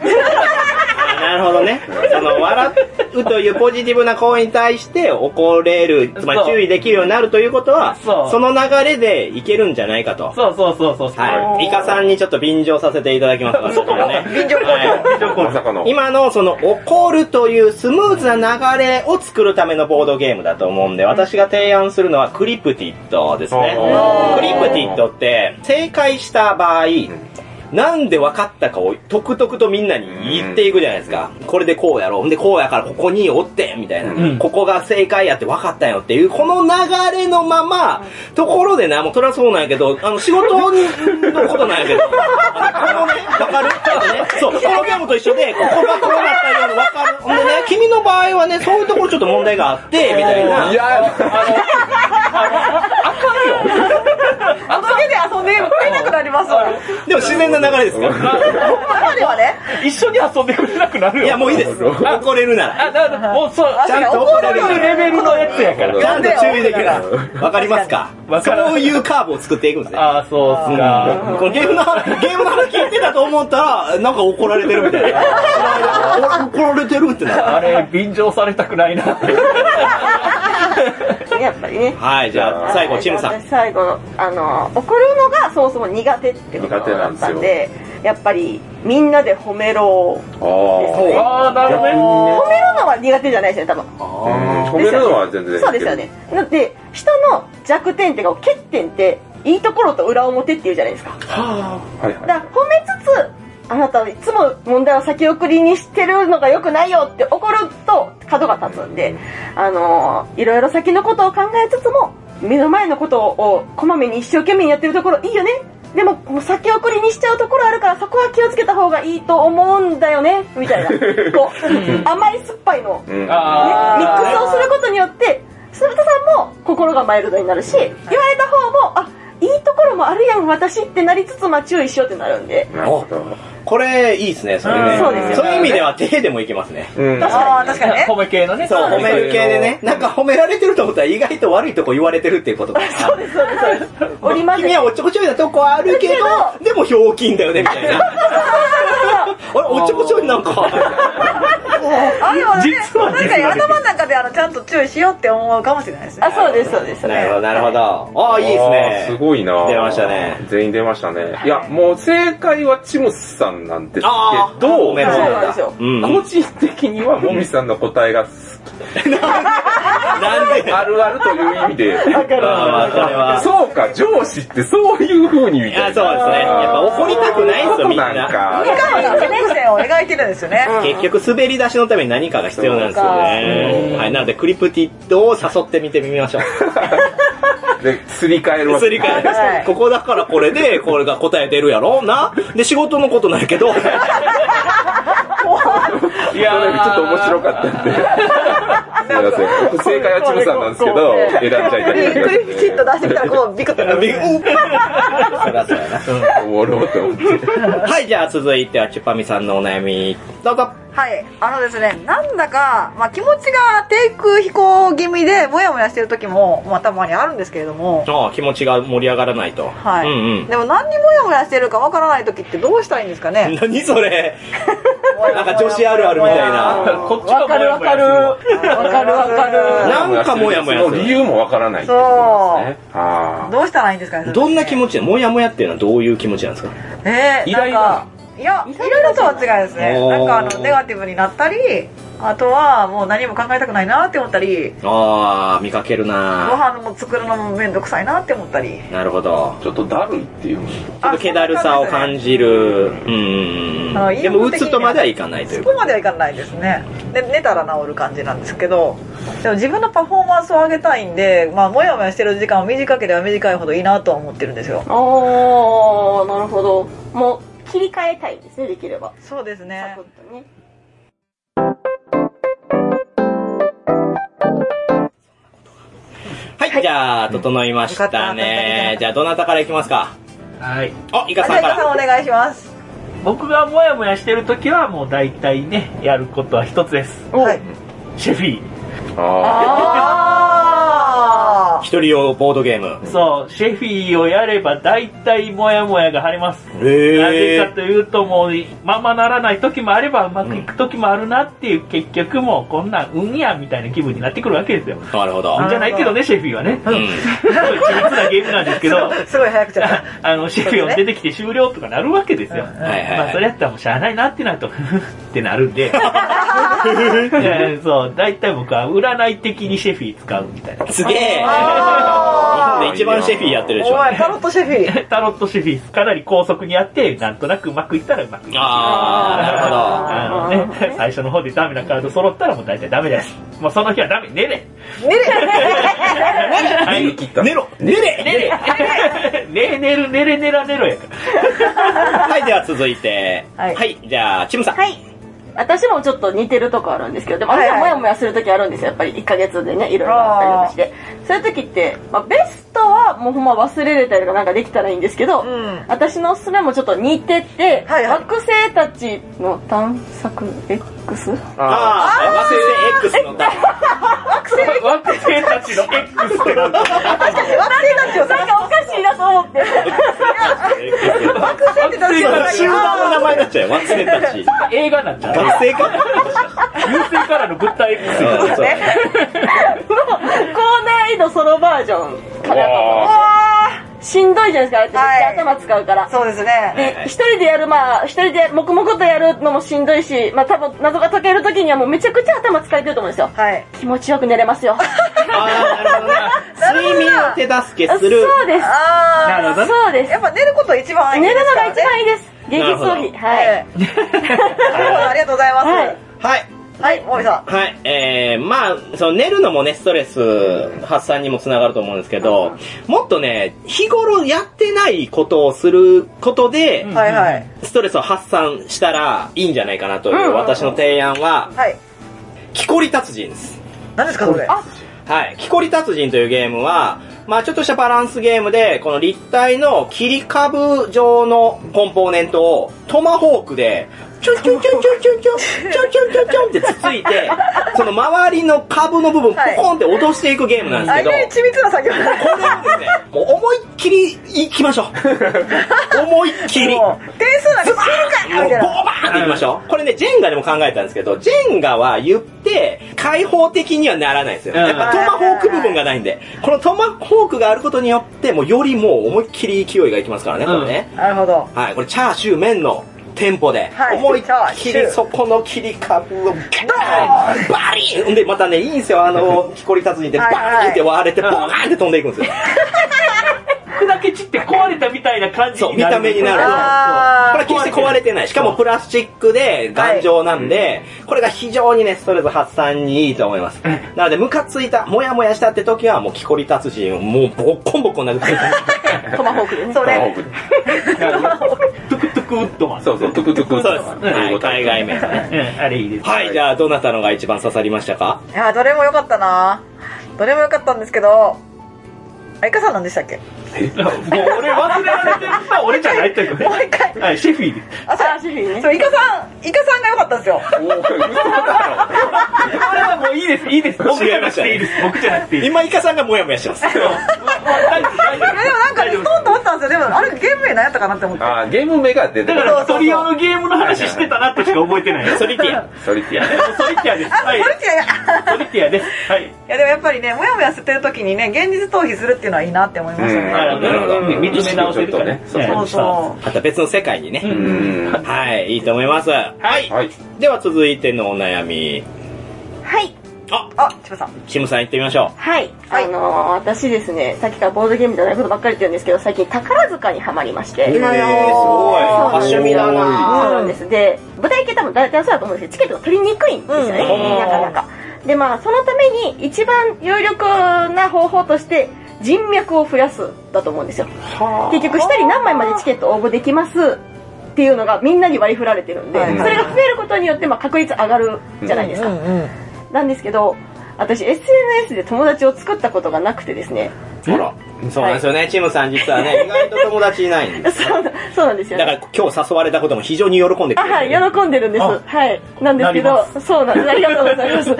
A: あ
C: な。
A: なるほどね。その、笑うというポジティブな行為に対して怒れる、つまり
C: そう
A: 注意できるようになるということは、
C: そう
A: その流れでいけるんじゃないかと。
C: そうそうそうそう。
A: はい。イカさんにちょっと便乗させていただきますから、
C: そうか
A: ね。
E: 便乗行動
A: はい
D: まさかの。
A: 今のその怒るというスムーズな流れを作るためのボードゲームだと思うんで、私が提案するのはクリプティットですね
D: お。ー
A: クリプティットって、正解した場合、なんで分かったかをとくとくとみんなに言っていくじゃないですか。これでこうやろう。んでこうやからここにおって、みたいな。
C: うん
A: ここが正解やって分かったよっていう、この流れのまま、ところでな、もうそりゃそうなんやけど、あの、仕事のことなんやけど、あのこのね、わかるそう、このゲームと一緒で、ここがこうなったようにわかる。ほんでね、君の場合はね、そういうところちょっと問題があって、みたいな。
D: いや、
E: あの手で遊んで買いたくなりますわ
A: でも自然な流れですから。
E: まではね
C: 一緒に遊んでくれなくなるよ。
A: いや、もういいです。怒れるなら。
C: あ、だからもうそう、
A: ちゃんと怒
E: 怒
A: れ
E: れ
A: る
E: る
C: そういうレベルのやつやか
A: ち
C: ら。
A: ゃんと注意できるなら。わかりますか
C: わかる
A: そういうカーブを作っていくんですね。
C: ああ、そうっすか。
A: このゲームの話、ゲームの話聞いてたと思ったら、なんか怒られてるみたいな。お怒られてるってなる。
C: あれ、便乗されたくないな って。
F: やっぱりね。
A: はい、じゃあ最後、チムさん
F: 私。最後、あの、怒るのがそもそも苦手ってことだったんで、やっぱりみんなで褒めろ
D: あ
C: あ
D: あ。
C: あ、なるほどね。
F: 褒めるのは苦手じゃないですね、多分。
D: うん褒めるのは全然。
F: そうですよ。ね。だって、人の弱点っていうか、欠点って、いいところと裏表っていうじゃないですか。
D: はいはい。
F: だから褒めつつあなたはいつも問題を先送りにしてるのが良くないよって怒ると角が立つんで、あのーいろいろ先のことを考えつつも目の前のことをこまめに一生懸命にやってるところいいよねでももう先送りにしちゃうところあるからそこは気をつけた方がいいと思うんだよねみたいなこう 甘い酸っぱいの
D: うん。
F: ねミッ
C: あ
F: クスをすることによって鶴田さんも心がマイルドになるし言われた方もあいいところもあるやん私ってなりつつまあ注意しようってなるんで
D: なるほど。
A: これ、いいですね、それ
C: う
A: ね。
C: ん
F: そうですよ
A: そういう意味では、手でもいけますね。
D: うん。
E: ああ確かにね
C: あ、褒め系のね。
A: そう、褒める系でね。
C: な
A: なんか褒められてると思ったら意外と悪いとこ言われてるっていうことか。 そうです、そうです。
F: 折り混ぜ
A: 君はおっちょこちょいなとこあるけど、でもひょうきんだよね、みたいな。あれ、おっちょこちょいなんか。
E: あれはね
C: 実は
E: なんか頭の中であのちゃんと注意しようって思うかもしれないですね
F: あそうですそうで す
A: なるほど、なるほど。ああ、いいですね。
D: あーすごいな
A: 出ましたね。
D: 全員出ましたね。いや、もう正解はチムスさんなんです
A: ああ、
D: けど、
A: ごめん
F: そう
A: ごめん
F: なんですよ
A: うん。
D: 個人的にはもみさんの答えが好
A: なん
D: き
A: で
D: あるあるという意味で。
A: あーそれは
D: そうか、上司ってそういう風にみ
A: い
D: た
A: や、
D: い
A: そうですね。やっぱ怒りたくないんですよ、みん
D: そういうことなん
A: な。
D: か
E: しかも着目点を描いてるんですよね
A: 結局、滑り出しのために何かが必要なんですよ
D: そう
A: ね。
D: か
A: はい、なので、クリプティットを誘ってみてみましょう。
D: で、すり替えるわけ。
A: すり替えま
E: は
A: す
E: い
A: ここだからこれで、これが答え出るやろうな。で、仕事のことなんやけど、
D: それちょっと面白かったんで。すみません。僕正解はチムさんなんですけど、選んじゃいただ
E: びっ
D: きま
E: くりきちっと出してみたらこうビクッとなる
A: ビグそりゃそうやな
D: した。おもろと思って。
A: はい、じゃあ続いてはチュパミさんのお悩み、どうぞ。
E: はい。あのですね、なんだか、まあ気持ちが低空飛行気味で、もやもやしてる時も、まあたまにあるんですけれども、
A: ああ、気持ちが盛り上がらないと。
E: は
A: う
E: い。
A: ん
E: でも何にもやもやしてるかわからない時ってどうしたらいいんですか
A: うん。
E: ね
A: 何それなんか女子あるあるみたいな。
C: こっちがもやもやするわ
E: わかるわかる
A: なんかもやもやす
D: そ
A: る
D: の理由もわからないって
E: そ
D: いううことですね。あ
E: どうしたらいいんですかね
A: どんな気
E: 持
A: 持ち
E: ち
A: で、もやもやっていうのはどういう気持ちなんですか
E: えー、なんか、いや、いろいろとは違いですね。
A: おー
E: なんかあの、ネガティブになったり、あとはもう何も考えたくないなって思ったり
A: あー、見かける
E: ご
A: な
E: 飯も作るのも面倒くさいなって思ったり
A: なるほど。
D: ちょっとだるいっていうの
A: ちょっと気だるさを感じる。うん。
E: あ
A: でも、うつとまではいかないとい
E: そうこまではいかないですねで寝たら治る感じなんですけどでも自分のパフォーマンスを上げたいんでまあモヤモヤしてる時間を短ければ短いほどいいなとは思ってるんですよ
F: おー、なるほど。もう、切り替えたいですね、できれば。
E: そうですね
F: サクッとね。
A: はい、じゃあ、整いましたね。じゃあ、どなたからいきますか。
C: はい。
A: あ、イ
E: じゃ
A: カさ
E: あ
A: ん
E: 伊
A: か
E: 賀さん
A: ら。
E: お願いします
C: 僕がモヤモヤしてる時はもう大体ね、やることは一つです。
E: はい
C: シェフィー。
D: あ
E: あ
A: 一人用ボードゲーム。
C: そう、シェフィーをやれば大体モヤモヤが晴れます。なぜか
A: へ
C: というともう、ままならない時もあればうまくいく時もあるなっていう、結局もうこんなん運やみたいな気分になってくるわけですよ。
A: ー。なるほど。
C: じゃないけどね、シェフィーはね。
A: う
C: すごい
A: ん。
C: 緻密なゲームなんですけど。
E: ーすごい早くち ゃった
C: あの、シェフィーを出てきて終了とかなるわけですよ。
E: うん
A: はいはい
C: まあ、それやったらもうしゃあないなってなると、 ふふってなるんで。えーそう、大体僕は占い的にシェフィー使うみたいな。
A: すげえ。日
E: あ
A: 本で一番シェフィーやってるでし
E: お
A: ょ。
E: 前タロットシェフィー
C: タロットシェフィー、かなり高速にやって、なんとなくうまくいったらうまくいく。
A: あ
C: あのね、最初の方でダメなカード揃ったらもう大体ダメです。もうその日はダメ、寝れ
E: 寝れ
D: あ、
C: はい
D: 言い切った。
A: ー、なるほど。寝ろ寝れ寝れ
C: 寝れ寝る、寝れ寝ら寝ろやから。
A: はい、では続いて。
E: はい
A: はい、じゃあ、チムさん。
F: はい。私もちょっと似てるとこあるんですけど、でも、あ
E: はいはい
F: れもやもやするときあるんですよ。やっぱり1ヶ月でね、いろいろあったりとかして。そういうときって、まあ、ベストはもうほんま忘れれたりとかなんかできたらいいんですけど、
E: うん
F: 私のおすすめもちょっと似てて、
E: はいはい
F: 惑星たちの探索 X?
D: あ
A: あー、忘れて X のタ
C: 惑星たちの X ってなんだ
E: 惑星たちを
F: なんかおかしいなと思 って。
A: 集
E: 惑星ってたちを
A: 団の名前になっちゃうよ。忘れたち。
C: 映画なんだ。
A: 学生か
C: 流星からの物体 X や
A: そうそう
F: の、高難易度ソロバージョンかなと思ってしんどいじゃないですか、あれってめっちゃ頭使うから。
E: そうですね
A: は
F: で
A: い、
F: 一人でやる、まあ、一人で黙々とやるのもしんどいし、まあ多分謎が解ける時にはもうめちゃくちゃ頭使えてると思うんですよ。
E: はい
F: 気持ちよく寝れますよ。
A: あー、なるほどな。睡眠を手助け
F: そ
A: す
F: う
A: る。
F: です。
E: あ
C: なるほど。
F: そうです
E: あ。やっぱ寝ること一番いい
F: 寝
E: です
F: るの
E: か
F: が
E: ら
F: 一
E: ね
F: 番いいです。現実逃避。はい。
E: なるほどありがとうございます
F: はい
A: はい。
E: はいもみさん
A: はい、えー、まあ、その寝るのもね、ストレス発散にもつながると思うんですけど、もっとね、日頃やってないことをすることで、
C: うん
E: はいはい
A: ストレスを発散したらいいんじゃないかなという私の提案は、
E: はい
A: 木こり達人です。
E: 何ですかそれ
F: あ
A: はい。木こり達人というゲームは、まあちょっとしたバランスゲームで、この立体の切り株状のコンポーネントをトマホークで、ちょんちょんちょんちょんちょんちょん、ちょんちょんちょんちょんってつついて、その周りの株の部分、ポ
E: はい
A: コンって落としていくゲームなんです
E: あ
A: け
E: 意
A: ど、
E: 外に緻密な作業
A: これをですね、もう思いっきり行きましょう。 思いっきり。
E: もう点数なんか知る
A: も
E: か
A: う
E: み
A: ボ
E: たい
A: ー
E: な
A: バーンっていきましょう。これね、ジェンガでも考えたんですけど、ジェンガは言って、開放的にはならないんですよ。
C: うん
A: やっぱトマホーク部分がないんで、このトマホークがあることによって、もうよりもう思いっきり勢いがいきますからね、これね。
E: なるほど
A: はい、これチャーシュー麺の店舗で、
E: はい
A: 思いっき
E: チャーシュ
A: り
E: ー
A: そこの切り株をガーンバリーンで、またね、いいんですよ、あの、木こり立つにて、
E: は
A: バ
E: いはい
A: ーンって割れて、ボーンって飛んでいくんですよ。
C: 砕け散って壊れたみたいな感じ
A: そう、
C: に
A: 見
C: なる。
A: た目になる。
E: あ
A: こ
E: ー
A: れは決して壊れてない。しかもプラスチックで頑丈なんで、これが非常にね、ストレス発散にいいと思います。なので、ムカついた、モヤモヤしたって時は、もう木こり達人をもうボッコンボコン殴ってください
F: トマホークでね。
E: そ
D: あ
E: れ
D: ー
C: トゥクトゥクウッドマン。
D: そうそう、トゥクトゥ ク。
A: そうです。はい、海外名産ね。
C: うんあれいいです。
A: はい、じゃあ、どなたのが一番刺さりましたか
E: いやどれも良かったなどれも良かったんですけどあいかさんなんでしたっけ
C: もう俺忘れられてる。まあ俺じゃないというか
E: もう一回
C: はい、シェフィーです。
E: あ
F: あ、シェフィー
E: そ
F: ね。
E: うイカさんイカさんが良かったんですよ
D: おー嘘だろ
C: これはもういいです、いいです。僕じゃなくていいです。僕じゃなくていいです。
A: 今、イカさんがモヤモヤしてます。
E: いやでもなんかねストンと思ったんですよでもあれゲーム名何やったかなって思って
D: あー、ゲーム目が出
C: だ
D: てこ
C: か
D: ない
C: ら、一人用のゲームの話してたなとしか覚えてない。
A: ソリティア。
D: ソリティアね。
C: ソリティアです。はい。
E: それ違う
C: ソリティアです。はい。
E: いやでもやっぱりねモヤモヤ捨てる時にね現実逃避するっていうのはいいなって思いました
D: うん
E: ね、
C: なるほど、なるほど。見つめ直せるからね。
D: そう
E: そうそ
A: また別の世界にね。
D: うん。
A: はい、いいと思います。はい。
D: はい。
A: では、続いてのお悩み。
F: はい。
A: あ、
E: あ、千葉さん。
A: チムさん行ってみましょ
F: はい。
E: はい
F: あのー私ですね、さっきからボードゲームじゃないことばっかり言ってるんですけど、最近宝塚にハマりまして。
A: う。えー、すごい。多趣味だな
F: そうなんです。で、舞台系多分大体そうだと思うんですけど、チケットが取りにくいんですよね、
A: うん
F: なかなか。で、まあ、そのために一番有力な方法として、人脈を増やすだと思うんですよ。結局、一人何枚までチケット応募できますっていうのがみんなに割り振られてるんで、
E: はい
F: それが増えることによって、まあ、確率上がるじゃないですか。
E: んうん。
F: なんですけど、私 SNS で友達を作ったことがなくてですね。
A: ほら。そうなんですよね。チムさん実はね、意外と友達いないんです。
F: そうなそうなんです
A: だ
F: よ
A: か
F: ね。
A: ら今日誘われたことも非常に喜んでく
F: あ、
A: れる。
F: はい、喜んでるんです。
C: あ
F: はい。なんですけ
C: な
F: ど
C: り、
F: そうなんです。ありがとうございます。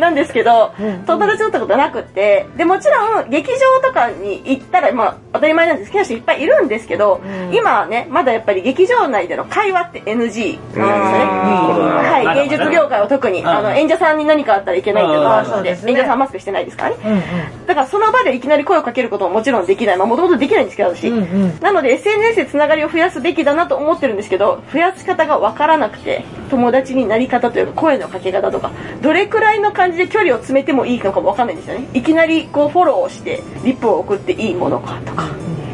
F: なんですけど、友達だったことなくって、で、もちろん、劇場とかに行ったら、まあ、当たり前なんですけど、好きな人いっぱいいるんですけど、今はね、まだやっぱり劇場内での会話って NG なんですよね。
D: うんコロナ
F: は、
C: ないるほど
F: 芸
C: ね
F: 術業界は特に、
C: ん
F: あの、演者さんに何かあったらいけないっていうのがある
E: う
F: の
E: ん
F: で、
E: そう
F: 演
E: ですね
F: 者さんマスクしてないですからね。
E: うんうん。
F: だからその場でいきなり声をかけることももちろんできない。まあもともとできないんですけど、私。
E: うんうん
F: なので SNS でつながりを増やすべきだなと思ってるんですけど、増やし方がわからなくて、友達になり方というか声のかけ方とか、どれくらいの感じで距離を詰めてもいいのかもわかんないんですよね。いきなりこうフォローをして、リップを送っていいものかとか、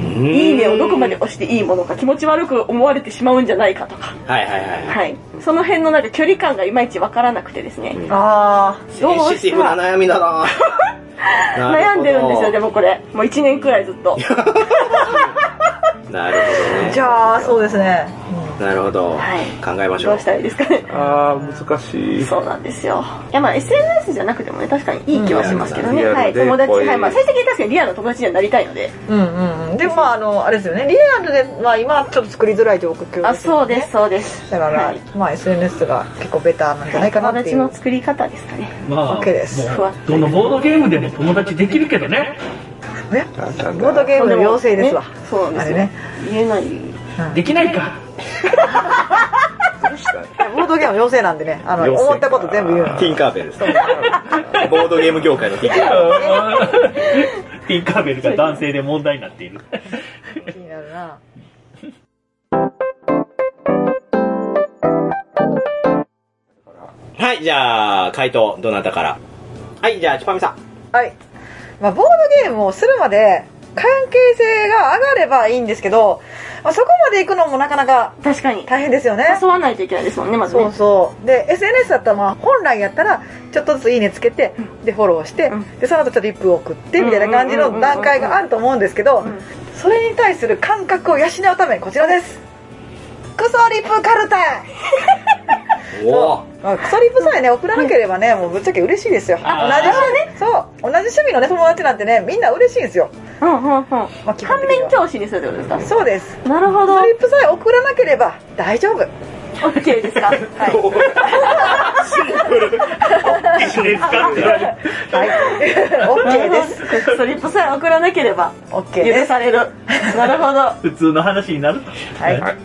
A: うん
F: いいねをどこまで押していいものか、気持ち悪く思われてしまうんじゃないかとか、
A: はいはいはい。
F: はい。その辺のなんか距離感がいまいちわからなくてですね。
E: あ
F: どう
A: センシティブな悩みだなな
F: 悩んでるんですよ、で
A: も。
F: もこれ。もう1年くらいずっと。
A: なるほど
E: あ。
A: ね。
E: じゃあ、そうですね。
A: なるほど。
F: はい
A: 考えましょ
F: ど
A: う
F: うし。たらいいですかね。
D: ああ、難しい。
F: そうなんですよ。いやまあ SNS じゃなくてもね、確かにいい気はしますけどね。
D: うん
F: はい、
D: リア
F: 友
D: ルで
F: 達、
D: こういう
F: はい、まあ最終的に確かにリアルの友達にはなりたいので。
E: うんうんうん。で、まあ、あの、あれですよね。リアルで、まあ、今、ちょっと作りづらい状況ですよね。
F: あ、そうです、そうです。
E: だから、
F: はい。
E: まあ、SNS が結構ベターなんじゃないか
F: 友
E: なってい
F: 達
E: う。
F: の作り方ですかね。
C: まあ、
E: OK です
C: もうどのボードゲームでも友達できるけどね。
E: ね
D: なんだ
E: ボードゲームの妖精ですわ
F: ね。そうなんですよ。
E: あれね
F: 言えない。
C: できないか。
D: どうした
E: ボードゲームの妖精なんでね、あの、
D: 妖精
E: 思ったこと全部言うの。
A: ティンカーベルです。 ボードゲーム業界のティンカーベル。
C: ティンカーベルが男性で問題になっている。
E: 気になるな。
A: はい、じゃあ、回答、どなたから。はい、じゃあ、チュパミさん。
E: はい。まあ、ボードゲームをするまで、関係性が上がればいいんですけど、まあ、そこまで行くのもなかなか
F: 確かに。
E: 大変ですよね。
F: 誘わないといけないですもんね、まず
E: そう
F: ね。
E: そう。で、SNS だったら、まあ、本来やったら、ちょっとずついいねつけて、で、フォローして
F: う、
E: で、その後ちょっとリップを送って、みたいな感じ
F: うんうんうんうんう
E: の
F: ん
E: 段階があると思うんですけど
F: ん、
E: それに対する感覚を養うためにこちらです。クソリップカルタ
A: おぉ。
E: まあクソリップさえね、送らなければね、もうぶっちゃけ嬉しいですよ。同じ
C: あ
E: 趣味、そう、同じ趣味のね、友達なんてね、みんな嬉しいんですよ。
F: うんうんうん。反
E: まあ、基本的に
F: 面
E: は
F: 教師にするってことですか
E: そうです。
F: なるほ
E: ク
F: ど。オ
E: ソリップさえ送らなければ大丈夫。
F: ッケーですかはい。
C: 一緒ですかって言われる。
E: はい。OK です。
F: す。スリップさえ送らなければ、
E: OK で
F: 許
E: す。
F: される。なるほど。
C: 普通の話になる。
E: はい。
D: はい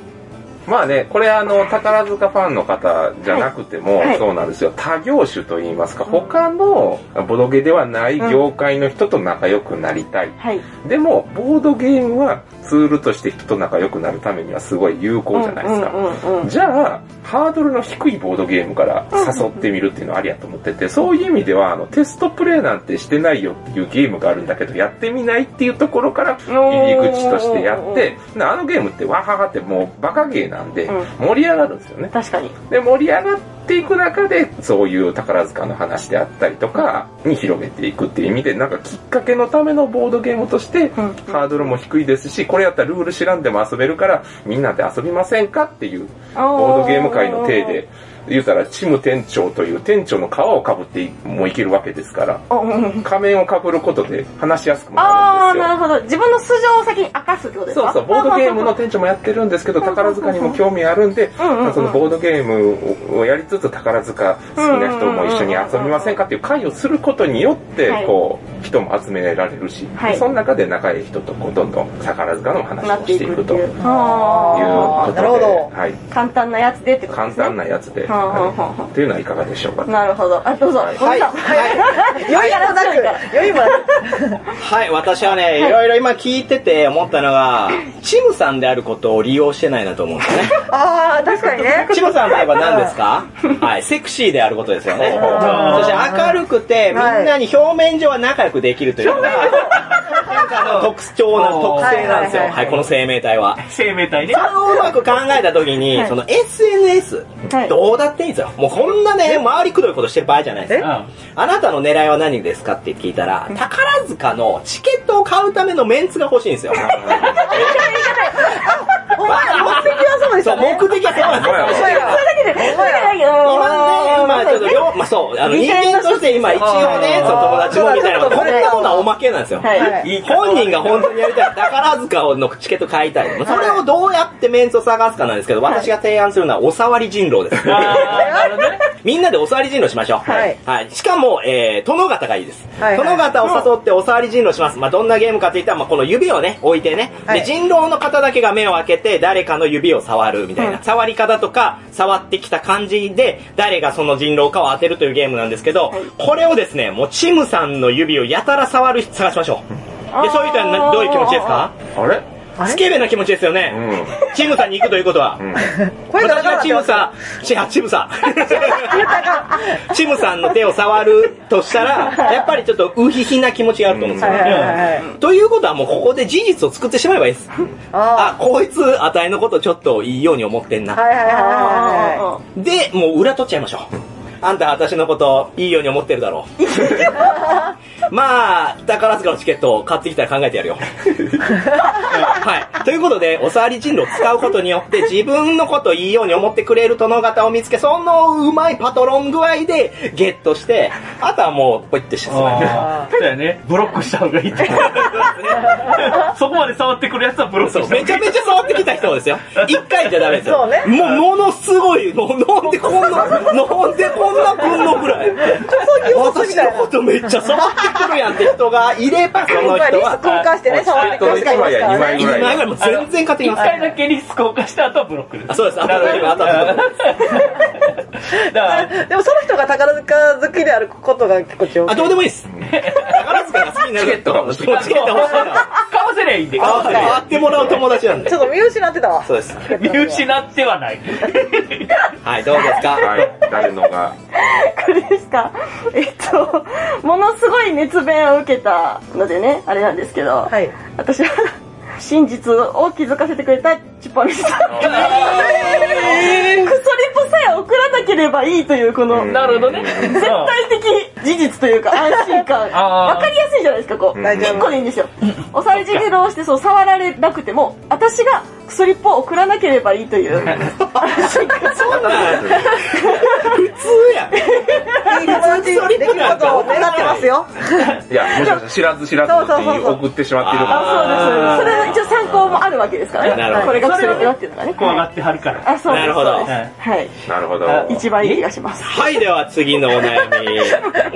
D: まあね、これあの、宝塚ファンの方じゃなくても
F: はいはい、
D: そうなんですよ。他業種といいますか、他のボドゲではない業界の人と仲良くなりたい。
F: はい。
D: でも、ボードゲームはツールとして人と仲良くなるためにはすごい有効じゃないですか。
F: うんうんうんうん。
D: じゃあ、ハードルの低いボードゲームから誘ってみるっていうのはありやと思ってて、そういう意味では、あの、テストプレイなんてしてないよっていうゲームがあるんだけど、やってみないっていうところから入り口としてやって、なあのゲームってわははってもうバカゲーなんで
F: うん、
D: 盛り上がるんですよね。
F: 確かに。
D: で、盛り上がっていく中で、そういう宝塚の話であったりとか、に広めていくっていう意味で、なんかきっかけのためのボードゲームとして、
F: うん
D: ハードルも低いですし、これやったらルール知らんでも遊べるから、みんなで遊びませんかっていうボードゲーム界の体で、言うたら、チム店長という店長の皮をかぶってもいけるわけですから、
F: あー。うんうん
D: 仮面をかぶることで話しやすくも
F: あ
D: な
F: あ、
D: るんです
F: な
D: よ。
F: るほど。自分の素性を先に明かすってことです
D: そ
F: か
D: うそう、ボードゲームの店長もやってるんですけど、宝塚にも興味あるんで、
F: うんうんうん
D: そのボードゲームをやりつつ宝塚好きな人も一緒に遊びませんかっていう会をすることによっ
F: はい
D: て、こう、人も集められるし
F: はい、
D: その中で仲いい人とこうどんどん宝塚の
F: な
D: 話
F: っ
D: を
F: て
D: し
F: い
D: てい
F: く
D: く
F: って
D: とい
F: いうう。
D: こ
E: あ
D: と
E: ー
D: で、
E: なるほど。
D: はい。
F: 簡単なやつでってことで
D: 簡
F: すね。
D: 単なやつで、
F: はあはあはあ
D: はいというのはいかがでしょうか
F: なるほど。あ、どうぞ。
D: はい
F: ごめんなさい。
A: はい。
E: 余裕もなく、余裕もなく。
A: はい、私はね、いろいろ今聞いてて思ったのが、チムさんであることを利用してないなと思うんですね。
E: ああ、確か にね。
A: チムさんといえば何です かはい、セクシーであることですよね。
E: あ
A: そして明るくて、みんなに表面上は仲良くできるというのが、なんかあの特徴な、特性なんですよ。はい
E: ははいはい
A: い、
E: はい
A: この生命体は。
C: 生命体ね。
A: それをうまく考えた時に、その SNS、
F: はい
A: どうだっていいんですよ。もうこんなね、周りくどいことしてる場合じゃないです
C: う
A: よ。
C: ん。
A: あなたの狙いは何ですかって聞いたら、宝塚のチケットを買うためのメンツが欲しいんです よ。
E: お前ら目的はそうでし
A: そ
E: た
A: う、
E: ね。
A: 目的はそうなんですよ。
E: お前ら。お前ら。
A: 今ね、まあちょっと
F: は
A: 両、まあそう、あの人間として今一応ね、
E: あー
A: その友達もみたいな、
E: そうだ
A: こん
E: ちょっと
A: なものはおまけなんですよ。
F: い。
E: はい。
A: 本人が本当にやりたい。宝塚のチケット買いたい。それをどうやってメンツを探すかなんですけど、私が提案するのはおさわり人狼です。
C: あーなるほどね。
A: みんなでおさわり人狼しましょう。
E: はい
A: しかも、えー、殿方がいいです。
E: はいはい
A: 殿方を誘っておさわり人狼します。まあ、どんなゲームかといったら、まあ、この指をね、置いてね、
E: はい
A: で、人狼の方だけが目を開けて、誰かの指を触るみたいな、触り方とか、触ってきた感じで、誰がその人狼かを当てるというゲームなんですけど、これをですね、もう、チムさんの指をやたら触る人探しましょう。で、そういう人はなどういう気持ちですか
D: あれ
E: あれ
A: スケベな気持ちですよね。
D: う
A: チムさんに行くということは。
D: ん。
E: これ
A: 私はチム
E: ん。
A: さん、ちあチムさ ん。チムさんの手を触るとしたら、やっぱりちょっとウヒヒな気持ちがあると思うんです
E: はい
A: よ。
E: はいはいはい。
A: ということはもうここで事実を作ってしまえばいいです。あ
E: あ、
A: こいつ、あたいのことちょっといいように思ってん
E: あ。
A: な。
E: はいはいはいはいは
F: あ
A: で、もう裏取っちゃいましょう。あんた私のこといいように思ってるだろ う。まあ、宝塚のチケットを買ってきたら考えて やるよ。はい。ということで、おさわり人狼を使うことによって、自分のこといいように思ってくれる殿方を見つけ、そのうまいパトロン具合でゲットして、あとはもう、ポイってしてしまう。
C: あーそうやね。ブロックした方がい いと思う。そこまで触ってくるやつはブロック
A: そ
C: した
A: う
C: 方がい
A: めち。ゃめ
C: い
A: ちゃ触ってきた人ですよ。一回じゃダメですよ。
E: そうね
A: もう、ものすごい、のなんでこんな、なんでこんなこんなぐらい。私のことめっちゃ触ってくるやんって人がいれば、そ
E: い。
A: の
E: まあ、リ
A: 人
E: スク
A: は。
E: 交換してね、触ってくれる人がいますからね。
A: 今ぐらいも全然勝て
C: 一
A: ます。
C: 回だけリスクを犯した後はブロックです。
A: あそうです
C: なるほど
A: あとはブロッ
C: だから、
E: でもその人が宝塚好きであることが結構重要。
A: あ、どうでもいいです。宝塚が好きになる。
D: チケットが欲しい
A: そうチケットが欲しいの。
C: かぶせりゃいいんで、かぶせり
A: 変わ
C: ゃ
A: ってもらう友達なんで
E: ちょ。っと見失ってたわ。
A: そうです。
C: いい。見失ってはない。
A: はい、どうですか
D: はい。誰のが。
F: これですか。えっと、ものすごい熱弁を受けたのでね、あれなんですけど、
E: はい。
F: 私は真実を気づかせてくれたチュッパミスさん。クソリップさえ送らなければいいという、この、
D: うん
C: なるほどね。
F: 絶対的事実というか安心感
C: あー
F: わかりやすいじゃないですかこう
D: 大丈夫
F: 1個でいいんですよおされじろをしてそう触られなくても私がクソリップを送らなければいいという安心感
A: そんなん、普通やん。
E: いい感じにできることを願ってますよ。
D: いや、もしかしたら知らず知らずのうちに送ってしまっているかも
A: そうそうそうそう
F: あそうですそうですそれ一応参考もあるわけですから
A: なるほ
F: ね
A: ど
F: これがクソリップだっていうのがね
C: 怖がってはるから。
F: あそうです
A: なるほど
F: そうです
C: はい
F: はい
D: なるほど。
C: あ
F: 一番いい気がします
A: はい、では次のお悩み。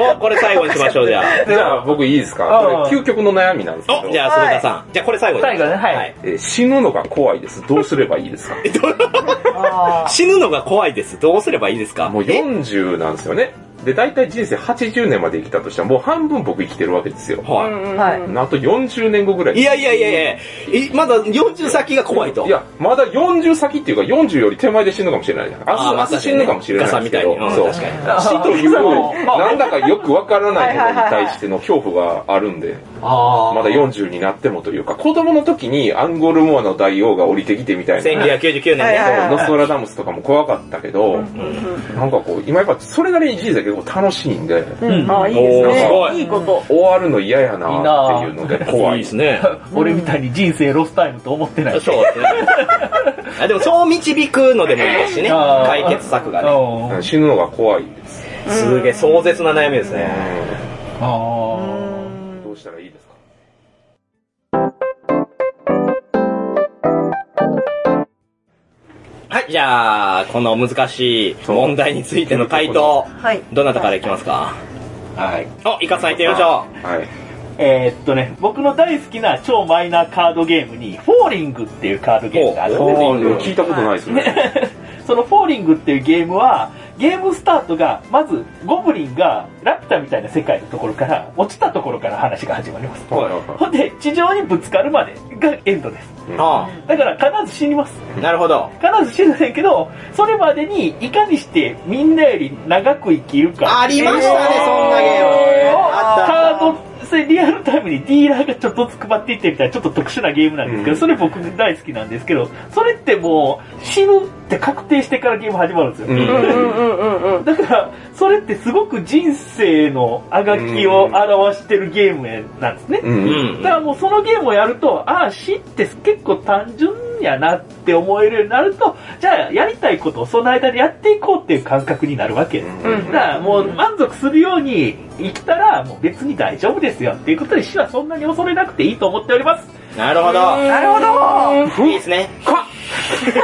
A: もうこれ最後にしましょう、じゃあ。
D: じゃあ僕いいです
C: あ
D: か
C: あ
D: これ究極の悩みなんですけ
A: お、
D: ど
A: じ。ゃあ、鈴田さん。じゃあ、これ最後に
C: 最後ねはい
D: えー死ぬのが怖いです。どうすればいいですか
A: えっと死ぬのが怖いです。どうすればいいですか
D: もう40なんですよね。で、大体人生80年まで生きたとしたら、もう半分僕生きてるわけですよ。
A: は
E: はい。
D: あと40年後ぐらい。
A: い。いやいやいやいやいまだ40先が怖いと。
D: いや、まだ40先っていうか40より手前で死ぬかもしれないじゃん。明
A: あーまあ
D: 日、明日死ぬかもしれな
A: ガサ
D: いですけど。
A: みたいにうん
D: そう。
A: 確かに
D: 死という、なんだかよくわからないものに
E: はいはいはい
D: 対
E: はい
D: しての恐怖があるんで、
C: あ
D: まだ40になってもというか、子供の時にアンゴルモアの大王が降りてきてみたいな。
A: 1999年
E: はい
A: ね。
E: はい
D: ノストラダムスとかも怖かったけど、なんかこう、今やっぱそれなりに人生結構楽しいんで、
C: うん
F: ああいいです
A: おーすご
F: ね
A: い
F: いいこと
D: 終わるの嫌やなっていうので怖
A: 怖い
D: い。
A: ですね。
C: 俺みたいに人生ロスタイムと思ってない。
A: そうですね。あでも、そう導くのでもいいですしね。
C: あー
A: 解決策がね。
C: あ
D: 死ぬのが怖いです。
A: すげえ壮絶な悩みですね。
C: あ。
D: どうしたらいいですか
A: はい、じゃあ、この難しい問題についての回答。
E: はい。
A: どなたからいきますか
D: はい。
A: お、イカさんいってみましょ
D: はい。
C: えーっとね、僕の大好きな超マイナーカードゲームに、フォーリングっていうカードゲームがあるんです
A: お
C: よ
A: フォーリング
D: 聞いたことないですね。
C: そのフォーリング っていうゲームは、ゲームスタートが、まず、ゴブリンが、ラピュタみたいな世界のところから、落ちたところから話が始まります。
D: はいはいは
C: ほんで、地上にぶつかるまでがエンドです。
A: あ
C: だから、必ず死にます。
A: あ、なるほど。
C: 必ず死ぬんだけど、それまでに、いかにしてみんなより長く生きるか。
A: ありましたね、そんなゲーム。あ
C: カ
A: ったあっ
C: ード、それリアルタイムにディーラーがちょっとずつ配っていってみたいな、ちょっと特殊なゲームなんですけど、
D: うん
C: それ僕大好きなんですけど、それってもう、死ぬって確定してからゲーム始まるんですよ。
D: うん
F: うんうんうんうんうん
C: だから、それってすごく人生のあがきを表してるゲームなんですね。
D: う
A: た。う
D: んうん。
C: だ
A: ん
C: か。らもうそのゲームをやると、ああ、死って結構単純やなって思えるようになると、じゃあやりたいことをその間でやっていこうっていう感覚になるわけです。
D: うん
C: だからもう満足するように生きたらもう別に大丈夫ですよっていうことで死はそんなに恐れなくていいと思っております。
A: なるほど。
C: なるほど
A: いいですね。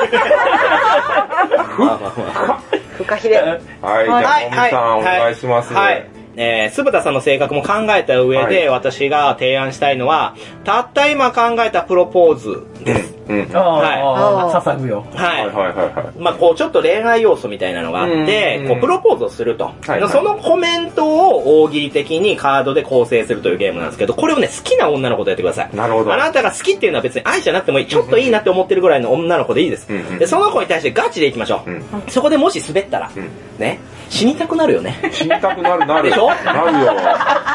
E: フカヒレ。
D: はい、じゃあ、モミさんお願いします。
A: はい。えー、ぶたさんの性格も考えた上で、
D: はい
A: 私が提案したいのは、たった今考えたプロポーズです。
D: うん。はい
C: あ
E: はい
C: あ、捧ぐよ。
A: はい。
D: はいはいは
A: まあ、こう、ちょっと恋愛要素みたいなのがあって、
D: うん
A: こう、プロポーズをすると、
D: いはい
A: そのコメントを大喜利的にカードで構成するというゲームなんですけど、これをね、好きな女の子とやってください。
D: い。なるほど。
A: あなたが好きっていうのは別に愛じゃなくてもいい。ちょっといいなって思ってるぐらいの女の子でいいです。
D: うんうん
A: で、その子に対してガチでいきましょう。
D: うん
A: そこでもし滑ったら、
D: うん
A: ね、死にたくなるよね。
D: 死にたくなるなる。
A: でしょ
D: なるよ。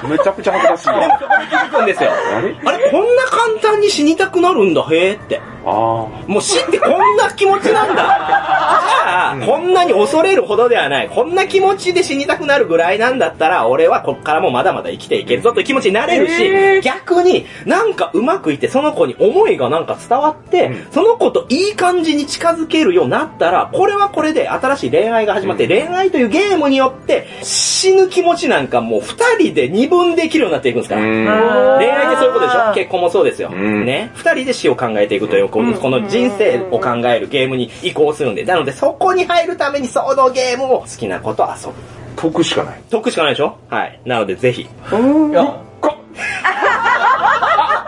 D: めちゃくちゃ恥ずかしいよ。
A: でもそこで気づくんですよ。
D: あれ
A: あれ、こんな簡単に死にたくなるんだ、へーって。
D: ああ。
A: もう死ってこんな気持ちなんだ。じゃあ、こんなに恐れるほどではない。こんな気持ちで死にたくなるぐらいなんだったら、俺はこっからもまだまだ生きていけるぞという気持ちになれるし、逆になんかうまくいって、その子に思いがなんか伝わって、
D: うん
A: その子といい感じに近づけるようになったら、これはこれで新しい恋愛が始まって、
D: うん
A: 恋愛というゲームによって、死ぬ気持ちなんかもう二人で二分できるようになっていくんですから。
D: うん。
A: 恋愛ってそういうことでしょ結婚もそうですよ。
D: うん
A: ね。二人で死を考えていくという、このこの人生を考えるゲームに移行するんで。なので、そこに入るためにそのゲームを好きなこと遊ぶ。
D: 得しかない。
A: 得しかないでしょはい。なので、ぜひ。
C: いや
D: か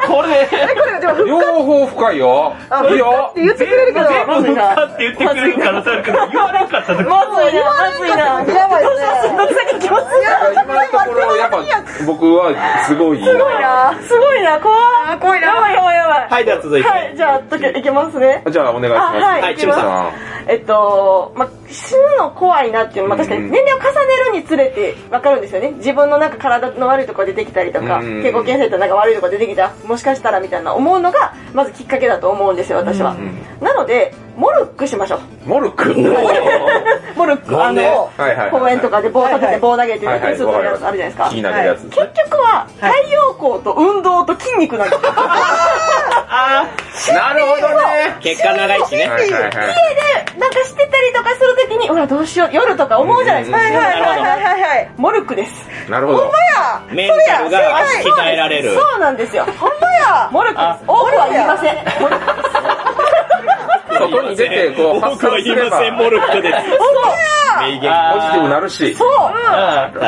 C: これ、
E: これでも、
D: 両方深いよ。
E: あ、
D: いい
E: フカ
D: よ
E: っ。て言ってくれるけど、
C: 全部振ったって言ってくれるからさ、言わなかった
F: まずい
C: 時
F: な、まずいな。
E: やばいですね。
D: 今のところ、やっぱ僕はすごい。
F: すごいな、怖い。怖いな。やばいやばいやばい。
A: はい、では続いて。
F: はい、じゃあ、とけいけますね。
D: じゃあお願いし
F: あ
D: ます。
F: はい
A: はい
D: チムさ
F: えっと、ま、死ぬの怖いなっていうのは、まあ確かに年齢を重ねるにつれて分かるんですよね。自分のなんか体の悪いとこ出てきたりとか、
D: うん
F: 健康検査となんか悪いとこ出てきた、もしかしたらみたいな思うのが、まずきっかけだと思うんですよ、私は。なので、モルックしましょう。
D: ん。モルク。は
F: モルック、
A: な
F: あ
A: んで
F: の、
D: いはい。
F: 公園とかで棒立て
E: はい
F: て
E: はい
F: 棒投げて
D: はいは
F: る
D: い、
F: するやつあるじゃないですか。
D: 気になるやつ。
F: 結局は太陽光と運動と筋肉なんですよ。
D: なるほどね。
A: 結果長い しね。
D: はいはいは
F: 家で
D: い。
F: なんかしてたりとかするときに、うわ、どうしよう、夜とか思うじゃないですか。
E: はいはいはいはいはいはい。
F: モルックです。
D: なるほど。
A: メンタルが鍛えられる。
F: そうなんですよ。ほんまやモルクです。多くは言いません。モルクです。
D: 外に出て、こう、発
A: 僕は
D: 散す
A: 言い
D: れ
A: ま
D: ば、
A: せん、モ
D: ポ
A: ルックです。名言。
C: あ
D: ジティブになるし。
F: そう。
C: あ
F: 友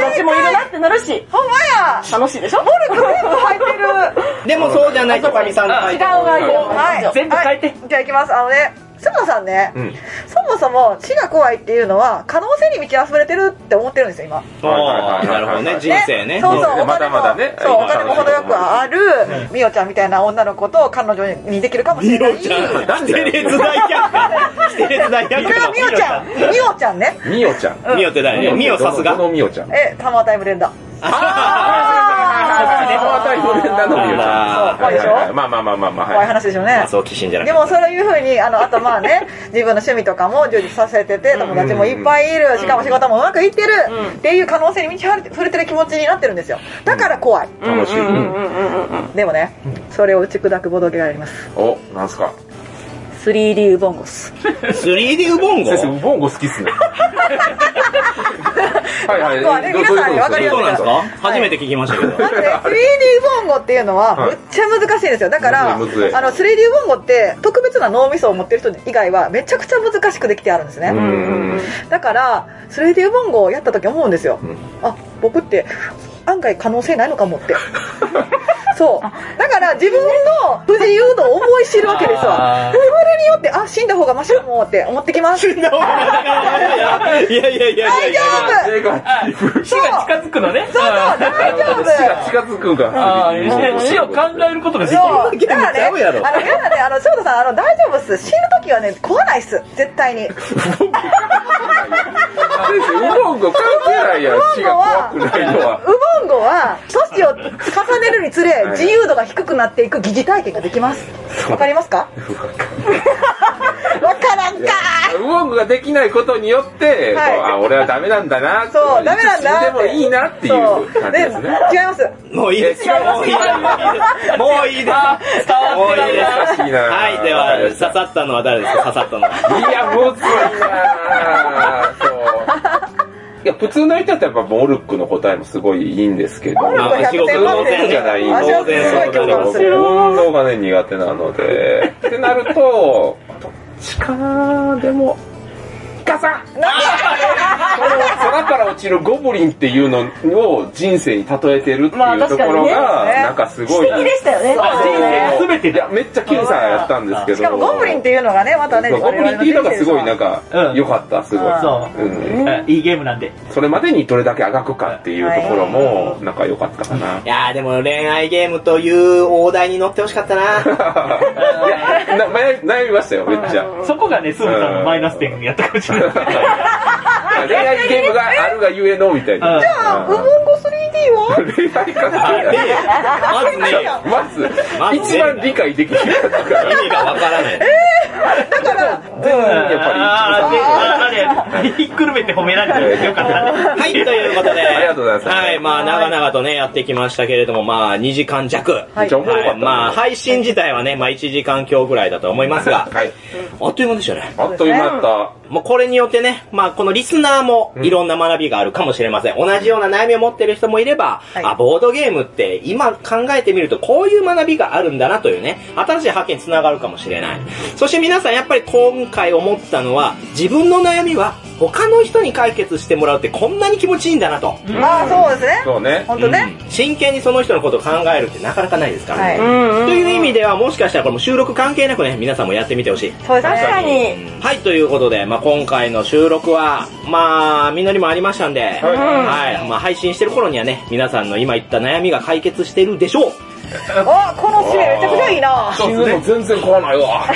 F: 達もいるなってなるし。ほんまや楽しいでしょモルク全部入ってる。
A: でもそうじゃないとかみさんの
F: 違
A: 回
F: う
A: 答
F: がいる。
E: はい。
F: はい。
C: 全部変えて
E: はいじゃあ行きます。あのね、須藤さんね、
D: うん。
E: そもそも死が怖いっていうのは、可能性に満ち溢れてるって思ってるんですよ、今。
A: あーなるほどね、人生ね。
E: そう
D: 人
E: そ
D: 生
E: う、お金
D: まだ
E: も
D: まだね
E: そう、
D: はい
E: お金も程よくある、みおちゃんみたいな女の子と彼女にできるかもし
A: み
E: れない。
A: おちゃん、
D: な
A: 規
D: んだよ
A: 定列大逆転。規定列大逆
E: これはみおちゃん、みおちゃんね。
D: ミオちゃん。
A: みおって誰みおさすが
D: こ。のミオちゃん。
E: え、タマータイム連打。
D: あーあー、はいはいはいはい。タマータイム連打のミオちゃん。
E: そう怖いでしょ
D: はははまあまあまあまあまあ。
E: 怖い
D: はい
E: 話でしょうね。
A: そう、キシン じゃな
E: でもそういうふうにあのあとまあね自分の趣味とかも充実させてて友達もいっぱいいるしかも仕事もうまくいってるっていう可能性に満ち溢れてる気持ちになってるんですよだから怖い
D: 楽しい。うん
E: でもねそれを打ち砕くボドゲがあります
D: お、なんすか
E: 3D ウボンゴス
A: 3D ウボンゴ
D: 先生、ウボンゴ好きっすね。はいはい。
E: まあね
D: どどういうこと
E: 皆さんに分かりやす
A: そう
D: ど
E: い
A: う
D: いう
A: なんで
D: こと
A: す
D: で
A: か初めて聞きましたけど。
E: なんで 3D ウボンゴっていうのは
D: は
E: む
D: い
E: っちゃ難しいんですよだからあの
D: む
E: 3D
D: ずいむずい
E: ウボンゴって特別な脳みそを持ってる人以外はめちゃくちゃ難しくできてあるんですね、
D: すかうん。
E: だから 3D ウボンゴをやった時思うんですよ、
D: ん
E: あ僕って案外可能性ないのかもってそうだから自分の不自由度を思い知るわけですわ
C: あー
E: それによってあ死んだ方がマシかもって思ってきます
A: いやいやいやいや
E: 大丈夫
D: 手が
C: あ死が近づくのね。
E: そうそう大
D: 死
E: 丈
D: が
E: 夫
D: 近づく
C: あ
D: が
C: あ、死を考えることができる。
E: そうだから
A: ちゃう
E: ね
A: や
E: あ
A: ろ
E: の皆さんねあの翔太さんあの大丈夫っす死ぬ時はね怖ないっす絶対に
D: 先生、ウボンゴ関係ないやん。死が怖くないのは。
E: ウボンゴは年を重ねるにつれ自由度が低くなっていく疑似体験ができますわかりま すかわからんか
D: ウボンゴができないことによって、
E: はい
D: こうあ俺はダメなんだなって
E: そうダメなんだ
D: 死んでもいいなってい
E: そう
D: 感じですね。
E: 違います
A: もういいですよもういいですもういいです
C: あー伝わ
A: も
C: っ
A: う
C: て
A: い
C: ないい
A: で
C: な。
A: す
D: いいな
A: はいでは刺さったのは誰ですか刺さったのはい
D: や、もうすごいなぁ。そう。いや、普通の人ってやっぱモルックの答えもすごいいいんですけど、
E: ルック
D: まあ
A: 仕事
D: 当然じゃない
A: 当
D: ので、
A: 然
E: すごい共感する
D: 運動がね、苦手なので。ってなると、どっちかなぁでも、ガサッこの空から落ちるゴブリンっていうのを人生に例えてるって
F: まあ
D: いうと
F: 確
D: こ
F: かにね
D: ろが、なんかすごい。
F: 敵でしたよね。
C: あ人生が全て
D: いや
C: だ。
D: めっちゃ僅差やったんですけど。
E: しかもゴブリンっていうのがねまたね
D: そうゴブリンっていうのがすごいなんか
C: うん
D: 良かった、すごい。
C: そ
D: うん
C: う。いいゲームなんで。
D: それまでにどれだけあがくかっていうところも、なんか良かったかな。
A: いやーでも恋愛ゲームという大台に乗ってほしかったな
D: いやな悩み悩みましたよ、めっちゃ。
C: そこがね、すぐさんのマイナス点やったかもしれない。
D: 恋愛ゲームがあるがゆえの、みたいな。
C: うんじ
E: あウボンゴ 3D は
D: 恋愛関係ない
A: まずね
D: まず
A: ま、ずね
D: 一番理解できなかったから。
A: 意味がわからない
E: だから
D: 全部やっぱり一番。
C: ああ、で、ひっくるめて褒められてよかったね。
A: はい、ということで。
D: ありがとうございます
A: はい、まあ、長々とね、やってきましたけれども、まあ、2時間弱。
D: めっちゃおもろかった
A: はい、まあ、配信自体はね、まあ、1時間強ぐらいだと思いますが、
D: はい。
A: あっという間でしたね。
D: あっという間だった。
A: もうこれによってね、まあこのリスナーもいろんな学びがあるかもしれません。同じような悩みを持ってる人もいれば、
E: はい
A: あ、ボードゲームって今考えてみるとこういう学びがあるんだなというね、新しい発見につながるかもしれない。そして皆さんやっぱり今回思ったのは、自分の悩みは他の人に解決してもらうってこんなに気持ちいいんだなと。
E: まあそうですね
D: そうね。
E: 本当ね
A: うん真剣にその人のことを考えるってなかなかないですからね。
E: はい
A: という意味ではもしかしたらこれも収録関係なくね、皆さんもやってみてほしい。
E: そう
F: 確
E: です
F: か
E: ね
F: に。
A: はい、ということで、まあ、今回の収録は、まあ、実りもありましたんで、はい、まあ、配信してる頃にはね、皆さんの今言った悩みが解決してるでしょう。
E: あこの締めめちゃくちゃいいな
D: 死ぬの全然怖ないわ。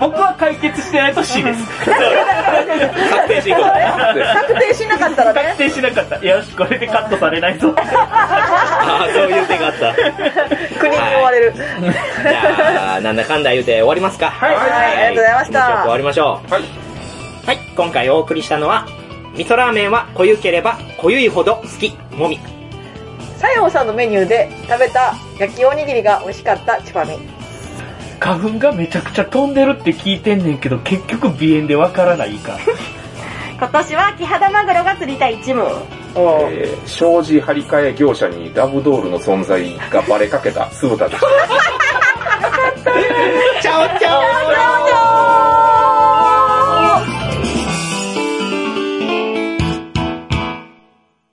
C: 僕は解決してないと死です。
A: 確定進行。
E: 確定しなかったら
C: 確
E: ね
C: 定しなかった。よし、これでカットされないぞ。
A: ああ、そういう手があった。
E: 国に追われる
A: じゃあ、なんだかんだ言うて終わりますか。はい
E: はいありがとうございました
A: 気持ちよく終わりましょう。
D: はい。
A: はい、今回お送りしたのは、味噌ラーメンは濃ゆければ濃ゆいほど好き、もみ。
E: 西洋さんのメニューで食べた焼きおにぎりが美味しかったチュパミ
C: 花粉がめちゃくちゃ飛んでるって聞いてんねんけど、結局鼻炎でわからないか。
F: 今年はキハダマグロが釣りたい一問。
E: おー
D: えー障子張り替え業者にラブドールの存在がバレかけた酢豚です。
A: ちゃおちゃお